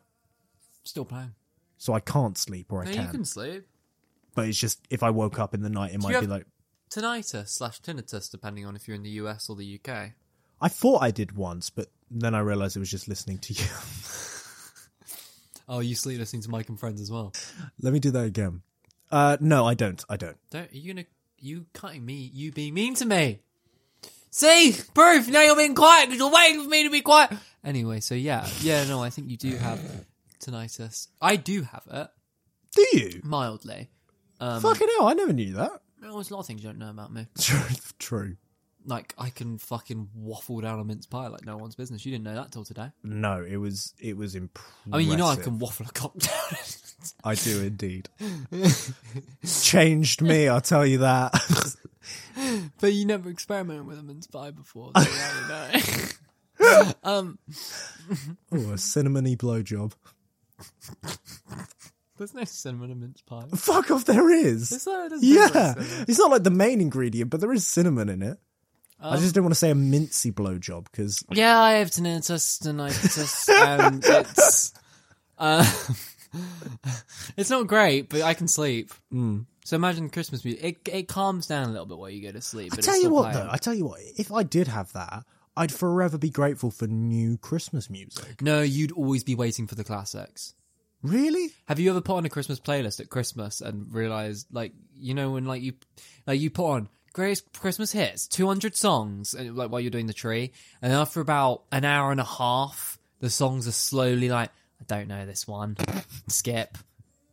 Still playing.
So I can't sleep or I
No,
can.
you can sleep.
But it's just if I woke up in the night, it might be
you have-
like.
Tinnitus slash tinnitus, depending on if you're in the US or the UK.
I thought I did once, but then I realized it was just listening to you.
Oh, you sleep listening to Mike and Friends as well.
Let me do that again. Uh, no, I don't. I don't.
Don't are you gonna you cutting me? You being mean to me? See proof. Now you're being quiet because you're waiting for me to be quiet. Anyway, so yeah, yeah, no, I think you do have tinnitus. I do have it
Do you?
mildly. Um,
Fucking hell, I never knew that.
no, there's a lot of things you don't know about me.
True. True.
Like I can fucking waffle down a mince pie like no one's business. You didn't know that till today.
No, it was it was impressive.
I mean, you know I can waffle a cocktail.
I do indeed. it's changed me, I'll tell you that.
But you never experimented with a mince pie before. So I don't know. um,
oh, a cinnamony blowjob.
there's no cinnamon in mince pie.
Fuck off, there is.
Is there? There's no
Yeah,
cinnamon.
it's not like the main ingredient, but there is cinnamon in it. I
Oh.
just didn't want to say a mincy blowjob because
Yeah, I have tinnitus, tinnitus, and um, it's uh, it's not great, but I can sleep. Mm.
Hmm.
So imagine Christmas music; it it calms down a little bit while you go to sleep.
I
but
tell
it's
you
still
what,
playing.
though, I tell you what, if I did have that, I'd forever be grateful for new Christmas music.
no, you'd always be waiting for the classics.
Really?
Have you ever put on a Christmas playlist at Christmas and realized, like, you know, when like you like you put on greatest Christmas hits, two hundred songs, and, like while you're doing the tree, and after about an hour and a half, the songs are slowly like, I don't know this one, skip.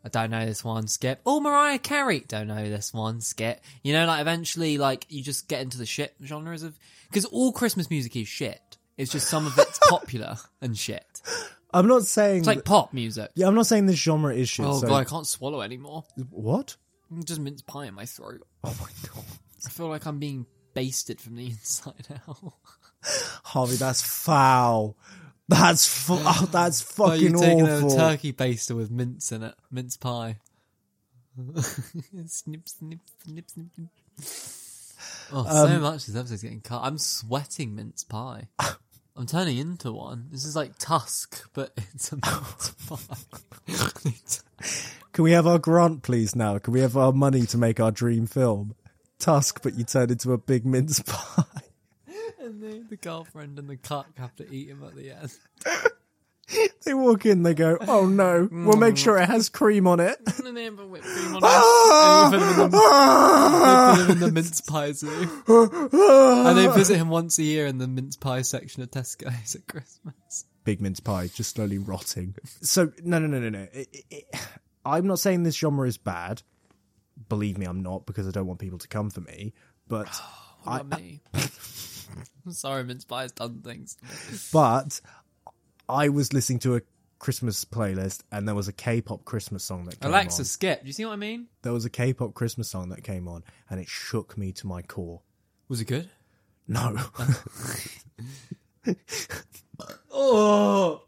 I don't know this one, skip. Oh, Mariah Carey, don't know this one, skip. You know, like eventually, like you just get into the shit genres of because all Christmas music is shit. It's just some of it's popular and shit.
I'm not saying.
It's like
that-
pop music.
yeah, I'm not saying this genre is shit.
Oh
so-
god, I can't swallow anymore.
what?
I'm just mince pie in my throat.
Oh my god,
I feel like I'm being basted from the inside out.
Harvey, that's foul. That's fu- oh, that's fucking
you taking
awful.
a turkey baster with mince in it? Mince pie. snip, snip, snip, snip, snip. Oh, so much this episode's getting cut. I'm sweating mince pie. I'm turning into one. This is like Tusk, but it's a mince pie.
Can we have our grant, please? Now, can we have our money to make our dream film? Tusk, but you turn into a big mince pie.
and and the, the girlfriend and the cock have to eat him at the end.
They walk in, they go, oh no, we'll
Mm.
make sure it has cream on it.
And they have a whipped cream on him. and we put him in the, we put him in the mince eh? pie zoo. And they visit him once a year in the mince pie section at Tesco's at Christmas.
Big mince pie, just slowly rotting. So, no, no, no, no, no. It- it- it- I'm not saying this genre is bad. Believe me, I'm not, because I don't want people to come for me. But, I,
Not me. I'm sorry, mince pie has done things.
but I was listening to a Christmas playlist and there was a K-pop Christmas song that came
Alexa,
on.
skip. Do you see what I mean?
There was a K-pop Christmas song that came on and it shook me to my core.
Was it good?
No.
Oh,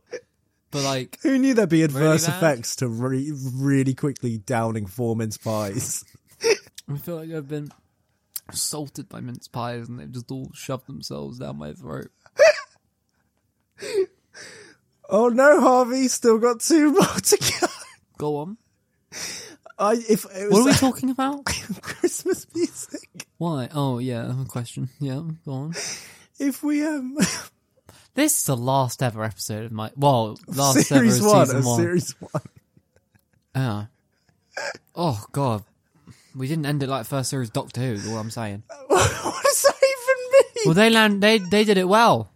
but like
Who knew there'd be adverse
bad?
effects to re- really quickly downing four mince pies?
I feel like I've been assaulted by mince pies, and they've just all shoved themselves down my throat.
oh no, Harvey, still got two more to go.
Go on.
I, if it
What are we
was
talking about?
Christmas music,
Why? Oh yeah, question. Yeah, go on.
if we um
This is the last ever episode of my well, last
series
ever of
one,
season
of
one.
series one,
Yeah. Oh god, we didn't end it like first series Doctor Who. Is all I'm saying.
what does that even mean?
Well, they land. They they did it well.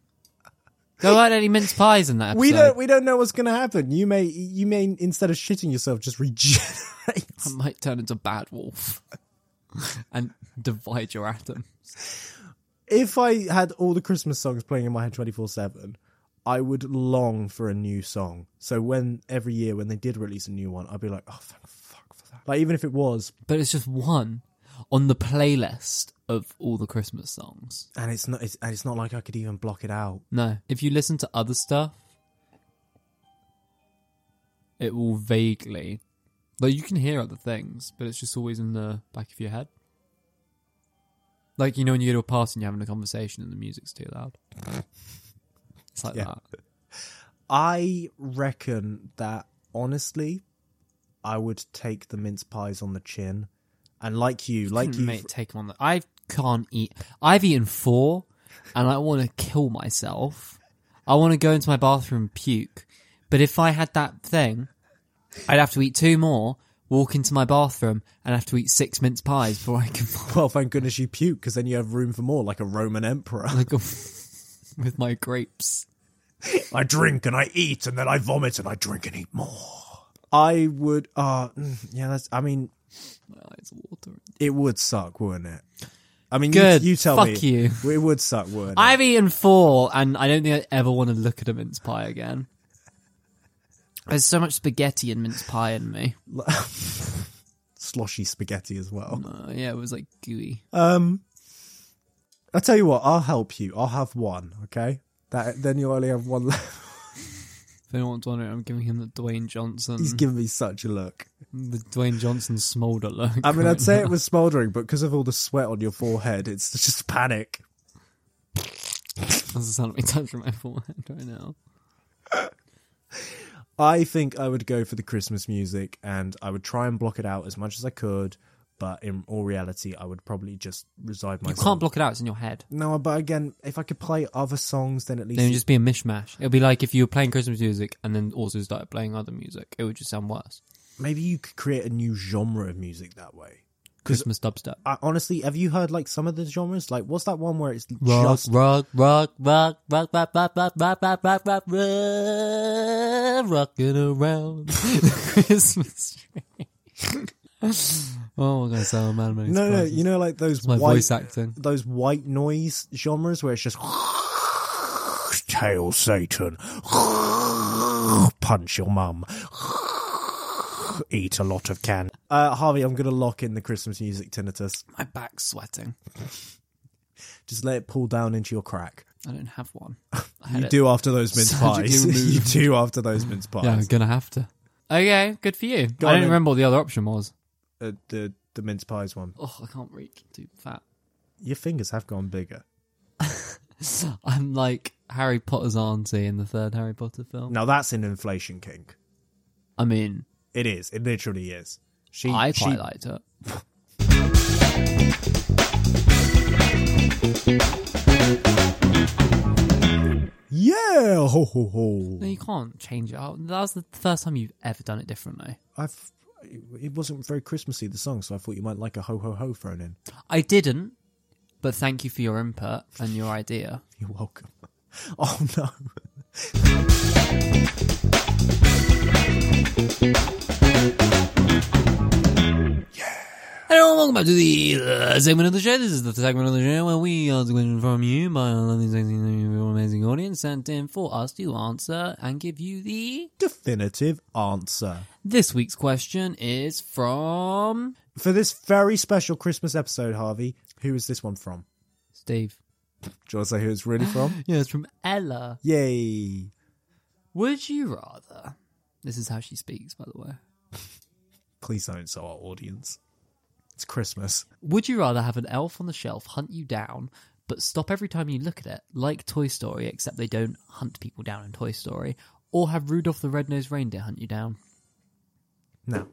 There weren't any mince pies in that episode.
we don't we don't know what's going to happen. You may you may instead of shitting yourself, just regenerate.
I might turn into bad wolf and divide your atom.
if I had all the Christmas songs playing in my head 24 7, I would long for a new song. So when every year when they did release a new one, I'd be like, oh, thank fuck for that. Like, even if it was,
But it's just one on the playlist of all the Christmas songs.
and it's not, it's, and it's not like I could even block it out.
No, if you listen to other stuff, it will vaguely. Like you can hear other things, but it's just always in the back of your head. Like you know when you go to a party and you're having a conversation and the music's too loud. It's like
Yeah.
that.
I reckon that honestly, I would take the mince pies on the chin. And like you, like you,
mate, take 'em on the. I can't eat. I've eaten four, and I want to kill myself. I want to go into my bathroom and puke. But if I had that thing, I'd have to eat two more, walk into my bathroom, and have to eat six mince pies before I can.
well, thank goodness you puke because then you have room for more, like a Roman emperor.
Like with my grapes.
I drink and I eat and then I vomit and I drink and eat more. I would, uh, mm, yeah, that's, I mean,
My eyes are watering.
it would suck, wouldn't it? I mean,
Good.
You, you tell
Fuck
me.
you.
It would suck, wouldn't it?
I've eaten four, and I don't think I ever want to look at a mince pie again. There's so much spaghetti and mince pie in me.
Sloshy spaghetti as well.
Uh, yeah, it was like gooey.
I'll tell you what, I'll help you. I'll have one, okay? That Then you'll only have one left.
If anyone's wondering, I'm giving him the Dwayne Johnson,
He's giving me such a look.
the Dwayne Johnson smolder look.
I mean, I'd say it was smouldering, but because of all the sweat on your forehead, it's just panic.
that's the sound of me touching my forehead right now.
I think I would go for the Christmas music and I would try and block it out as much as I could. But in all reality, I would probably just reside
You
myself.
can't block it out; it's in your head.
No, but again, if I could play other songs, then at least
Then it would just be a mishmash. It'd be like if you were playing Christmas music and then also started playing other music. It would just sound worse.
maybe you could create a new genre of music that way.
Christmas dubstep.
I, honestly, have you heard like some of the genres? Like, what's that one where it's
Rock,
just
rock, rock, rock, rock, rock, rock, rock, rock, rock, rock, rock, rock, rocking around the Christmas tree. oh, we're gonna sell a man many
no, no,
surprises.
you know, like those
my
white
voice acting.
those white noise genres where it's just tail Satan, punch your mum, eat a lot of can. Uh, Harvey, I'm gonna lock in the Christmas music tinnitus.
My back's sweating.
Just let it pull down into your crack.
I don't have one. I had
You
it.
do after those mince
Surgically
pies. you
removed.
do after those mince pies.
Yeah, I'm gonna have to. Okay, good for
on
you. I don't
then.
remember what the other option was.
Uh, the the mince pies one.
Oh, I can't reach. Too fat.
Your fingers have gone bigger.
I'm like Harry Potter's auntie in the third Harry Potter film.
Now that's an inflation kink.
I mean,
It is. It literally is. She.
I
she-
quite liked it.
ho ho ho.
No, you can't change it. up. That was the first time you've ever done it differently.
I've it wasn't very Christmassy the song, so I thought you might like a ho ho ho thrown in.
I didn't, but thank you for your input and your idea.
You're welcome. Oh no.
Hello and welcome back to the uh, segment of the show. This is the segment of the show where we ask a question from you by our lovely, sexy, amazing audience sent in for us to answer and give you the...
Definitive answer.
This week's question is from...
For this very special Christmas episode, Harvey, who is this one from?
Steve.
Do you want to say who it's really from?
Yeah, it's from Ella.
Yay.
Would you rather... This is how she speaks, by the way.
Please don't insult our audience. It's Christmas.
Would you rather have an elf on the shelf hunt you down, but stop every time you look at it, like Toy Story, except they don't hunt people down in Toy Story, or have Rudolph the Red-Nosed Reindeer hunt you down?
Now,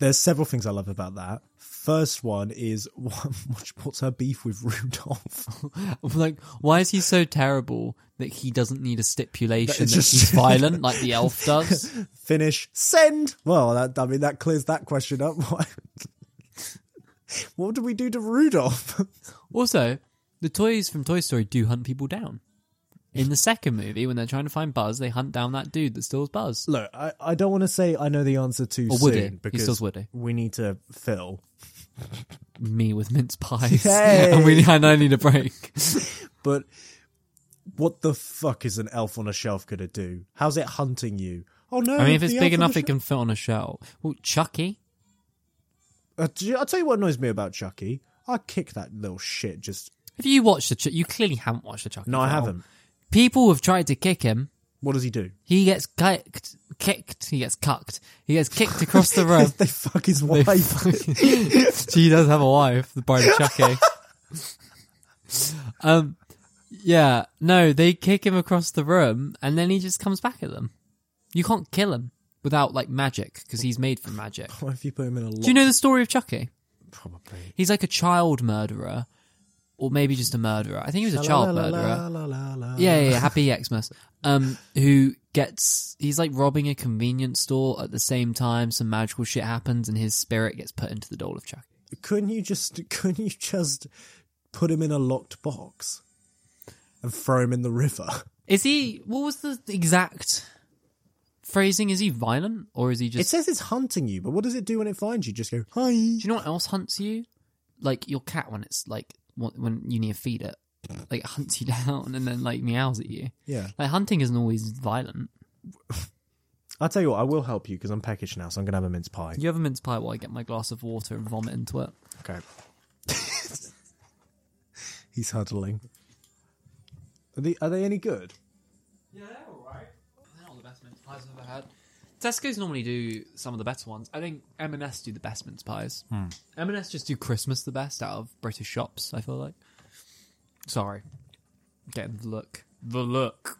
there's several things I love about that. First one is what's what's her beef with Rudolph?
I'm like, why is he so terrible that he doesn't need a
That
stipulation
it's
that
just-
he's violent like the elf does?
Finish. Send. Well, that, I mean that clears that question up. What- what did we do to Rudolph?
Also, the toys from Toy Story do hunt people down. In the second movie, when they're trying to find Buzz, they hunt down that dude that steals Buzz.
Look, I, I don't want to say I know the answer too
Or
soon
would he? He
because
still would eh? he?
we need to fill.
Me with mince pies.
Hey!
and, we, and I need a break.
But what the fuck is an elf on a shelf gonna do? How's it hunting you? Oh no!
I mean, if it's
the
big
elf on
enough,
the
it can fit on a shelf. Well, Chucky.
shelf- Uh, do you- I'll tell you what annoys me about Chucky. I kick that little shit. Just
Have you watched the? Ch- you clearly haven't watched the Chucky.
no, I
film.
haven't.
People have tried to kick him.
What does he do?
He gets kicked. Kicked. He gets cucked. He gets kicked across the room.
they fuck his wife.
she does have a wife, the bride of Chucky. um, yeah, no, they kick him across the room, and then he just comes back at them. You can't kill him without like magic because he's made for magic.
What if you put him in a lock?
Do you know the story of Chucky?
Probably.
He's like a child murderer, or maybe just a murderer. I think he was a child
La la la
murderer.
la la la.
Yeah, yeah, yeah, happy Xmas. Um, who gets he's like robbing a convenience store at the same time. Some magical shit happens, and his spirit gets put into the doll of Chucky.
Couldn't you just? Couldn't you just put him in a locked box and throw him in the river?
Is he? What was the exact phrasing? Is he violent or is he
It
just?
says it's hunting you, but what does it do when it finds you? Just go hi.
do you know what else hunts you? Like your cat when it's like wh- when you need to feed it, like it hunts you down and then like meows at you.
Yeah.
Like hunting isn't always violent.
I'll tell you what. I will help you because I'm peckish now, so I'm gonna have a mince pie.
You have a mince pie while I get my glass of water and vomit into it.
Okay. He's huddling. Are they, are they any good?
Yeah, they're alright. They're not the best mince pies I've ever had. Tesco's normally do some of the better ones. I think M&S do the best mince pies. M&S just do Christmas the best out of British shops. I feel like. Sorry, getting the look. The look.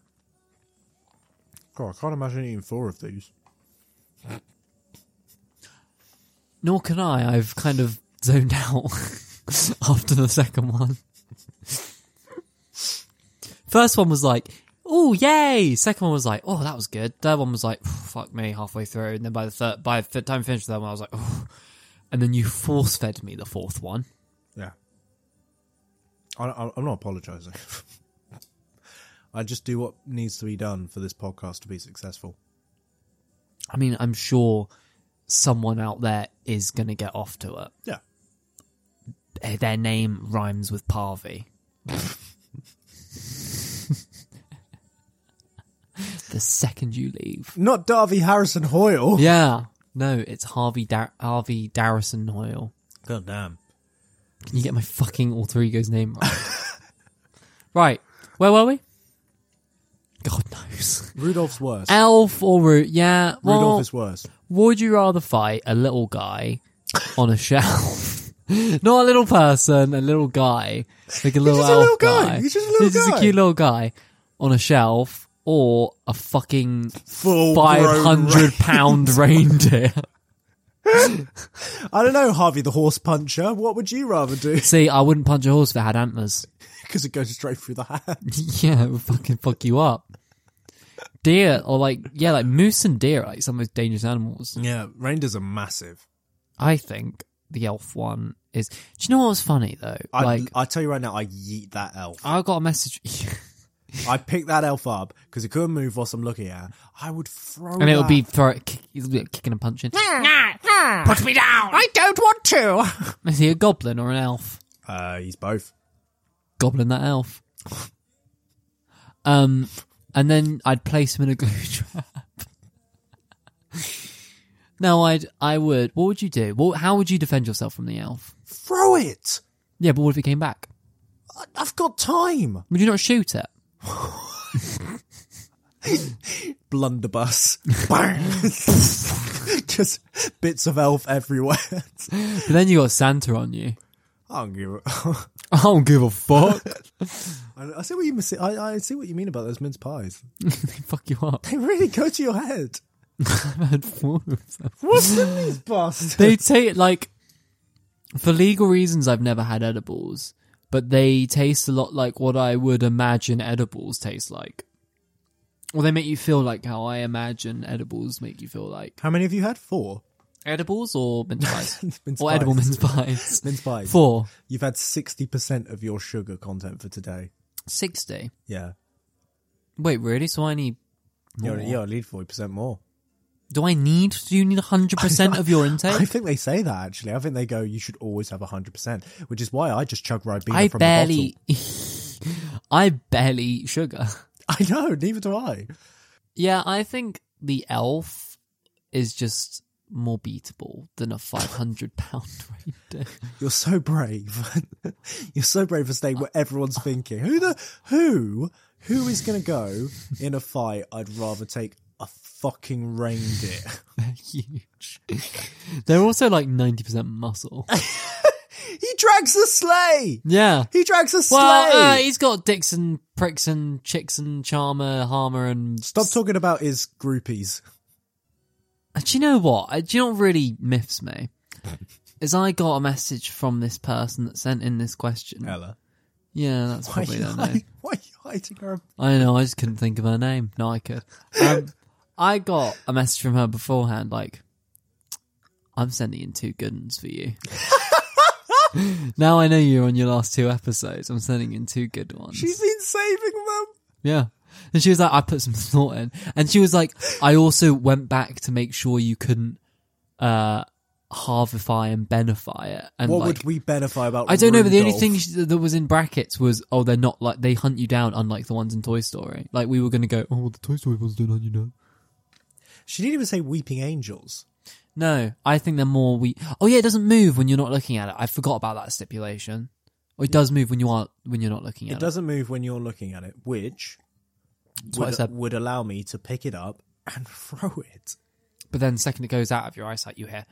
God, I can't imagine eating four of these.
Nor can I. I've kind of zoned out after the second one. First one was like, "Oh yay!" Second one was like, "Oh that was good." Third one was like, "Fuck me!" Halfway through, and then by the third, by the time I finished the third one, I was like, "Oh." And then you force fed me the fourth one.
Yeah. I, I, I'm not apologising. I just do what needs to be done for this podcast to be successful.
I mean, I'm sure someone out there is gonna get off to it.
Yeah.
Eh, Their name rhymes with Parvy. the second you leave.
Not Darby Harrison Hoyle.
Yeah. No, it's Harvey Dar- Harvey Darrison Hoyle.
God damn.
Can you get my fucking alter ego's name right? right. Where were we? God knows.
Rudolph's worse.
Elf or Root? Yeah. Well,
Rudolph is worse.
would you rather fight a little guy on a shelf? Not a little person, a little guy. Like a little
just a
elf
little guy. He's just a little
He's just
guy.
cute little guy on a shelf or a fucking
Full
five hundred pound reindeer.
I don't know, Harvey the horse puncher. What would you rather do?
See, I wouldn't punch a horse if it had antlers.
Because it goes straight through the hand.
yeah, it would fucking fuck you up. deer or like yeah, like moose and deer are like some of the most dangerous animals.
Yeah, reindeers are massive.
I think the elf one is. Do you know what was funny though?
I,
like
I tell you right now, I yeet that elf.
I got a message,
I pick that elf up because it couldn't move whilst I'm looking at. it. I would throw.
and it'll
that-
be throw kick, it'll be like kicking and punching.
Put me down! I don't want to!
Is he a goblin or an elf?
Uh, he's both.
Goblin that elf. Um, and then I'd place him in a glue trap. no, I'd I would. What would you do? What, how would you defend yourself from the elf?
Throw it.
Yeah, but what if he came back?
I- I've got time.
Would you not shoot it?
Blunderbuss. Bang. Just bits of elf everywhere.
But then you got Santa on you.
I don't give. A-
I don't give a fuck.
I I see what you mis- I, I see what you mean about those mince pies.
they fuck you up.
They really go to your head.
I've had four of them.
What's in these bastards?
they take like for legal reasons I've never had edibles, but they taste a lot like what I would imagine edibles taste like. Or they make you feel like how I imagine edibles make you feel like.
How many have you had? Four.
Edibles or mince pies?
Mince
or
pies.
edible mince pies.
Mince pies.
Four.
You've had sixty percent of your sugar content for today.
Sixty.
Yeah.
Wait, really? So I need
You're, you're at least forty percent more.
do I need do you need hundred percent of your
I
intake?
think they say that actually. I think they go, you should always have hundred percent, which is why I just chug Ribena
I
from
barely I barely eat sugar.
a bottle. I know, neither do I.
Yeah, I think the elf is just more beatable than a 500 pound reindeer.
You're so brave. You're so brave for staying where everyone's thinking. Who the who who is going to go in a fight? I'd rather take a fucking reindeer.
They're huge. They're also like 90% muscle.
he drags a sleigh.
Yeah.
He drags a sleigh.
Well, uh, he's got dicks and pricks and chicks and charmer, harmer, and.
Stop talking about his groupies.
Do you know what? Uh, Do you know what really miffs me? Is I got a message from this person that sent in this question.
Ella.
Yeah, that's
Why are,
probably
you
their name.
hiding, why are you hiding her?
I know, I just couldn't think of her name. No, I could. Um, I got a message from her beforehand, like, I'm sending in two good ones for you. now I know you're on your last two episodes. I'm sending in two good ones.
She's been saving them.
Yeah. And she was like, I put some thought in. And she was like, I also went back to make sure you couldn't, uh, harvify and benify it. And
What
like,
would we benefit about?
I don't know, but the only
Rudolph?
thing sh- that was in brackets was, oh, they're not like they hunt you down, unlike the ones in Toy Story. Like we were going to go, oh, well, the Toy Story ones don't hunt you down.
She didn't even say weeping angels.
No, I think they're more we. Oh yeah, it doesn't move when you're not looking at it. I forgot about that stipulation. Or it does move when you are when you're not looking at
It
it.
doesn't move when you're looking at it, which
what I
would,
said.
would allow me to pick it up and throw it.
But then, the second it goes out of your eyesight, you hear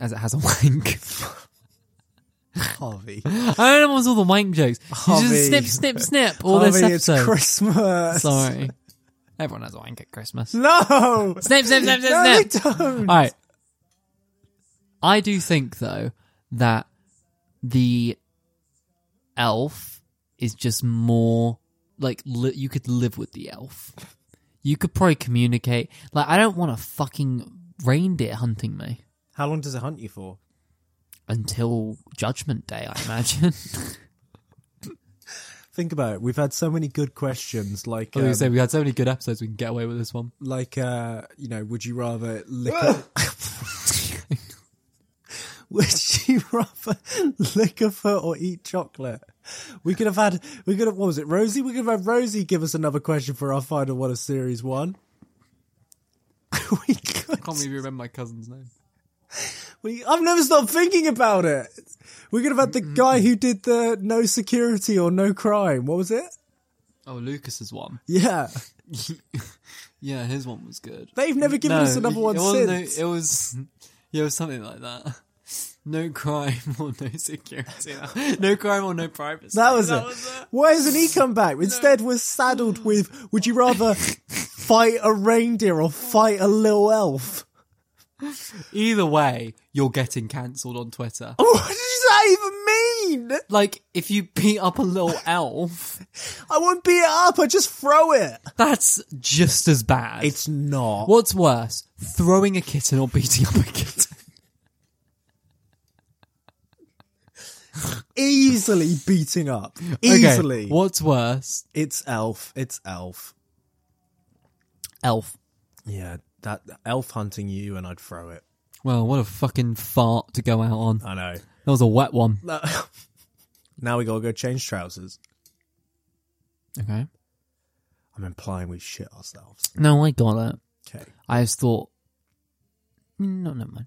as it has a wank.
Harvey.
I don't know what's all the wank jokes. You
Harvey.
just snip, snip, snip. All
Harvey,
this
it's
episode.
Christmas.
Sorry, everyone has a wank at Christmas.
No.
Snip, snip, snip, snip,
No,
snip.
they don't.
All right. I do think though that the elf is just more like li- you could live with the elf. You could probably communicate. Like I don't want a fucking reindeer hunting me
How long does it hunt you for?
until Judgment Day, I imagine.
Think about it. We've had so many good questions, like, um,
Oh, we had so many good episodes, we can get away with this one.
like, uh, you know, would you rather lick? A- would you rather lick a foot or eat chocolate? We could have had. We could have. What was it, Rosie? We could have had Rosie give us another question for our final one of series one. we could.
Can't believe you remember my cousin's name.
We, I've never stopped thinking about it. We could have had the
Mm-hmm.
guy who did the no security or no crime. What was it?
Oh, Lucas's one.
Yeah,
Yeah, his one was good.
they've never given us another one
it wasn't no-
since.
it was, yeah, it was something like that. No crime or no security. No crime or no privacy.
That was it. Why hasn't he come back? Instead, we're saddled with would you rather fight a reindeer or fight a little elf?
Either way, you're getting cancelled on Twitter.
What does that even mean?
Like, if you beat up a little elf,
I won't beat it up. I just throw it.
that's just as bad.
It's not.
What's worse, throwing a kitten or beating up a kitten?
Easily beating up. Easily.
Okay, what's worse,
It's elf. It's elf.
elf?
Yeah, that elf hunting you, and I'd throw it.
Well, what a fucking fart to go out on.
I know.
That was a wet one.
No. now we gotta go change trousers.
Okay.
I'm implying we shit ourselves.
No, I got it.
Okay.
I just thought, Mm, no, never mind.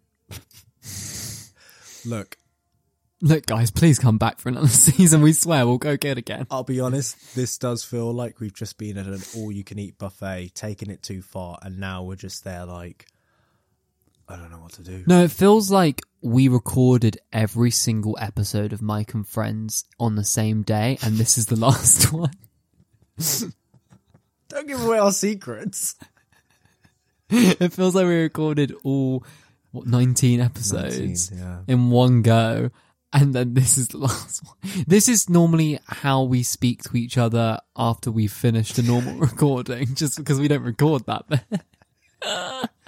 Look,
Look, guys, please come back for another season. We swear we'll go get again.
I'll be honest. This does feel like we've just been at an all-you-can-eat buffet, taking it too far, and now we're just there like, I don't know what to do.
No, it feels like we recorded every single episode of Mike and Friends on the same day, and this is the last one.
Don't give away our secrets.
It feels like we recorded all what, 19 episodes
19, yeah.
in one go, and then this is the last one. This is normally how we speak to each other after we've finished a normal recording, just because we don't record that bit.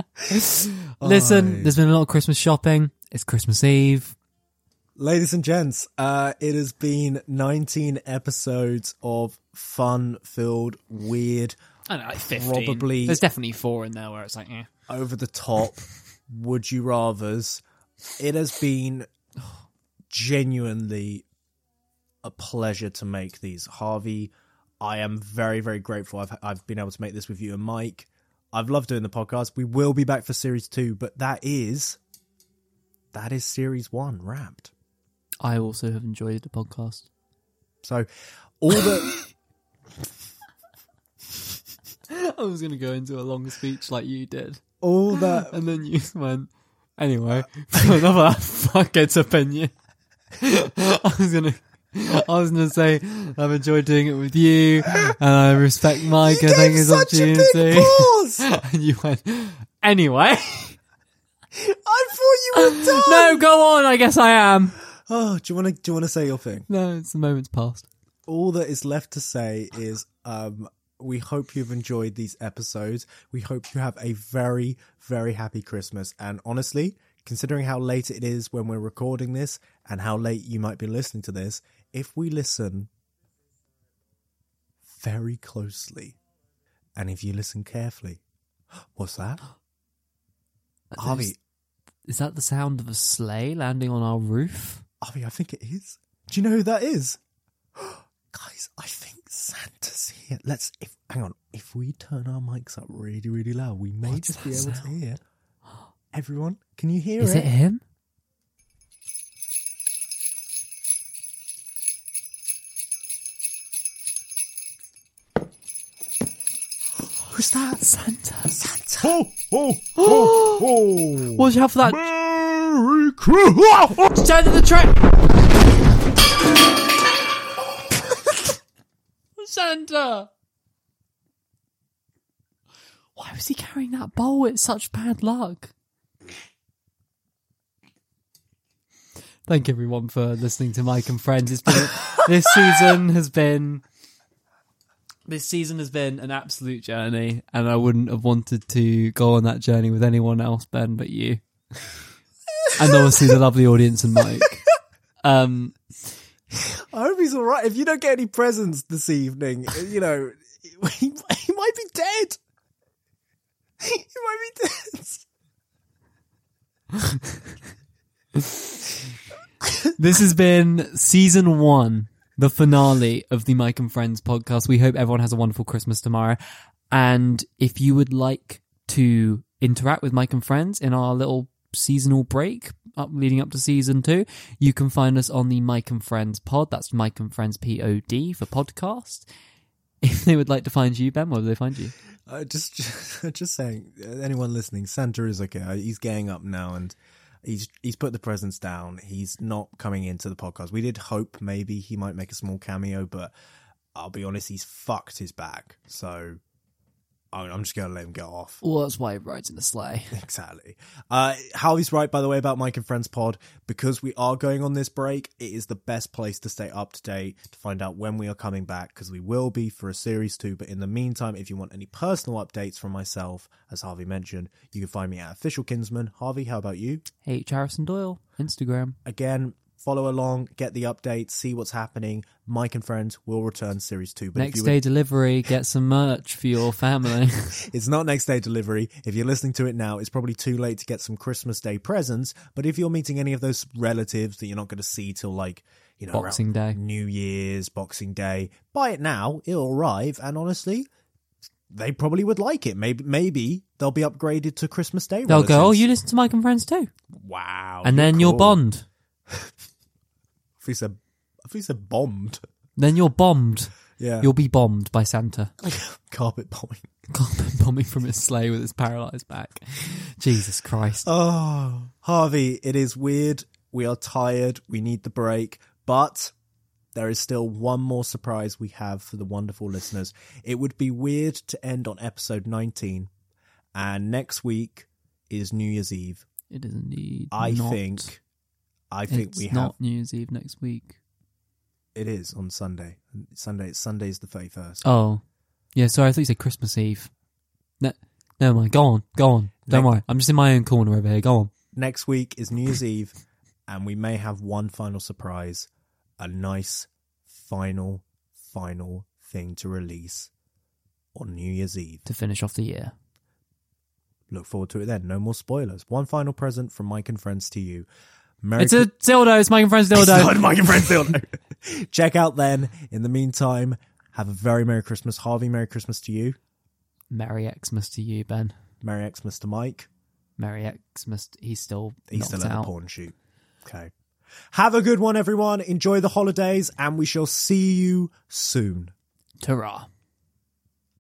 Listen, there's been a lot of Christmas shopping. It's Christmas Eve.
Ladies and gents, uh, it has been 19 episodes of fun-filled, weird,
I don't know, like
15. Probably-
There's definitely four in there where it's like, eh.
over the top would you rather's it has been genuinely a pleasure to make these harvey i am very very grateful i've, I've been able to make this with you and mike i've loved doing the podcast we will be back for series two but that is that is series one wrapped
I also have enjoyed the podcast.
so all the
I was going to go into a long speech like you did.
all that
And then you went, anyway, for another fuckhead's opinion. I was gonna, I was gonna say, I've enjoyed doing it with you, and I respect Mike, I think his
such a big
opportunity.
pause
and you went, anyway.
i thought you were done
no, go on, I guess I am.
oh do you want to do you want to say your thing
No, it's the moment's past.
all that is left to say is um, we hope you've enjoyed these episodes. We hope you have a very, very happy Christmas. And honestly, considering how late it is when we're recording this and how late you might be listening to this, if we listen very closely and if you listen carefully, what's that? Harvey,
Is that the sound of a sleigh landing on our roof?
Harvey, I think it is. Do you know who that is? Guys, I think Santa's here. Let's if hang on. If we turn our mics up really, really loud, we may just be able to hear. Everyone, can you hear
Is it him?
Who's that?
Santa.
Santa.
Ho, ho, ho.
Watch out for that.
Merry Christmas.
Turn to the train. Santa. Why was he carrying that bowl? It's such bad luck. Thank everyone for listening to Mike and Friends. It's been this season has been this season has been an absolute journey, and I wouldn't have wanted to go on that journey with anyone else, Ben, but you and obviously the lovely audience and Mike. Um,
I hope he's all right. If you don't get any presents this evening, you know he, he might be dead. He might be dead.
this has been season one, the finale of the Mike and Friends podcast. We hope everyone has a wonderful Christmas tomorrow. And if you would like to interact with Mike and Friends in our little seasonal break up leading up to season two, you can find us on the Mike and Friends pod. That's Mike and Friends P O D for podcast. If they would like to find you, Ben, where do they find you?
Uh, just, just, just saying. uh, Anyone listening, Santa is okay. Uh, He's getting up now, and he's he's put the presents down. He's not coming into the podcast. We did hope maybe he might make a small cameo, but I'll be honest, he's fucked his back. So I- I'm just going to let him get off.
Well, that's why he rides in a sleigh.
Exactly. Uh, Howie's right, by the way, about Mike and Friends Pod. Because we are going on this break, it is the best place to stay up to date to find out when we are coming back, because we will be for a series two. But in the meantime, if you want any personal updates from myself, as Harvey mentioned, you can find me at Official Kinsman. Harvey, how about you?
H. Harrison Doyle, Instagram.
Again, follow along, get the updates, see what's happening. Mike and Friends will return series two. But if
Next
you would-
day delivery. Get some merch for your family.
It's not next day delivery. If you're listening to it now, it's probably too late to get some Christmas Day presents. But if you're meeting any of those relatives that you're not going to see till like, you know, around
Boxing Day.
New Year's, Boxing Day, buy it now. It'll arrive. And honestly, they probably would like it. Maybe, maybe they'll be upgraded to Christmas Day.
They'll go. Oh,
relatives."
you listen to Mike and Friends too,
wow.
and
you're
then you'll
cool.
bond.
If he said, if he said bombed,
Then you're bombed.
yeah,
You'll be bombed by Santa.
carpet bombing.
Carpet bombing from his sleigh with his paralyzed back. Jesus Christ.
Oh, Harvey, it is weird. We are tired. We need the break. But there is still one more surprise we have for the wonderful listeners. It would be weird to end on episode 19. And next week is New Year's Eve.
It is indeed.
I
not.
think. I think
it's
we have.
not New Year's Eve next week.
It is on Sunday. Sunday. Sunday's the 31st.
Oh, yeah. Sorry, I thought you said Christmas Eve. No, never mind. Go on, go on. Don't
Next-
worry. I'm just in my own corner over here. Go on.
Next week is New Year's Eve. And we may have one final surprise. A nice final, final thing to release on New Year's Eve.
To finish off the year.
Look forward to it then. No more spoilers. One final present from Mike and Friends to you. Merry
it's a dildo. It's Mike and Friends dildo.
Not Mike and Friends dildo. Check out then. In the meantime, have a very Merry Christmas. Harvey, Merry Christmas to you.
Merry Xmas to you, Ben.
Merry Xmas to Mike.
Merry Xmas. He's still
He's
knocked
still at
out.
the porn shoot. Okay. Have a good one, everyone. Enjoy the holidays, and we shall see you soon.
Ta-ra.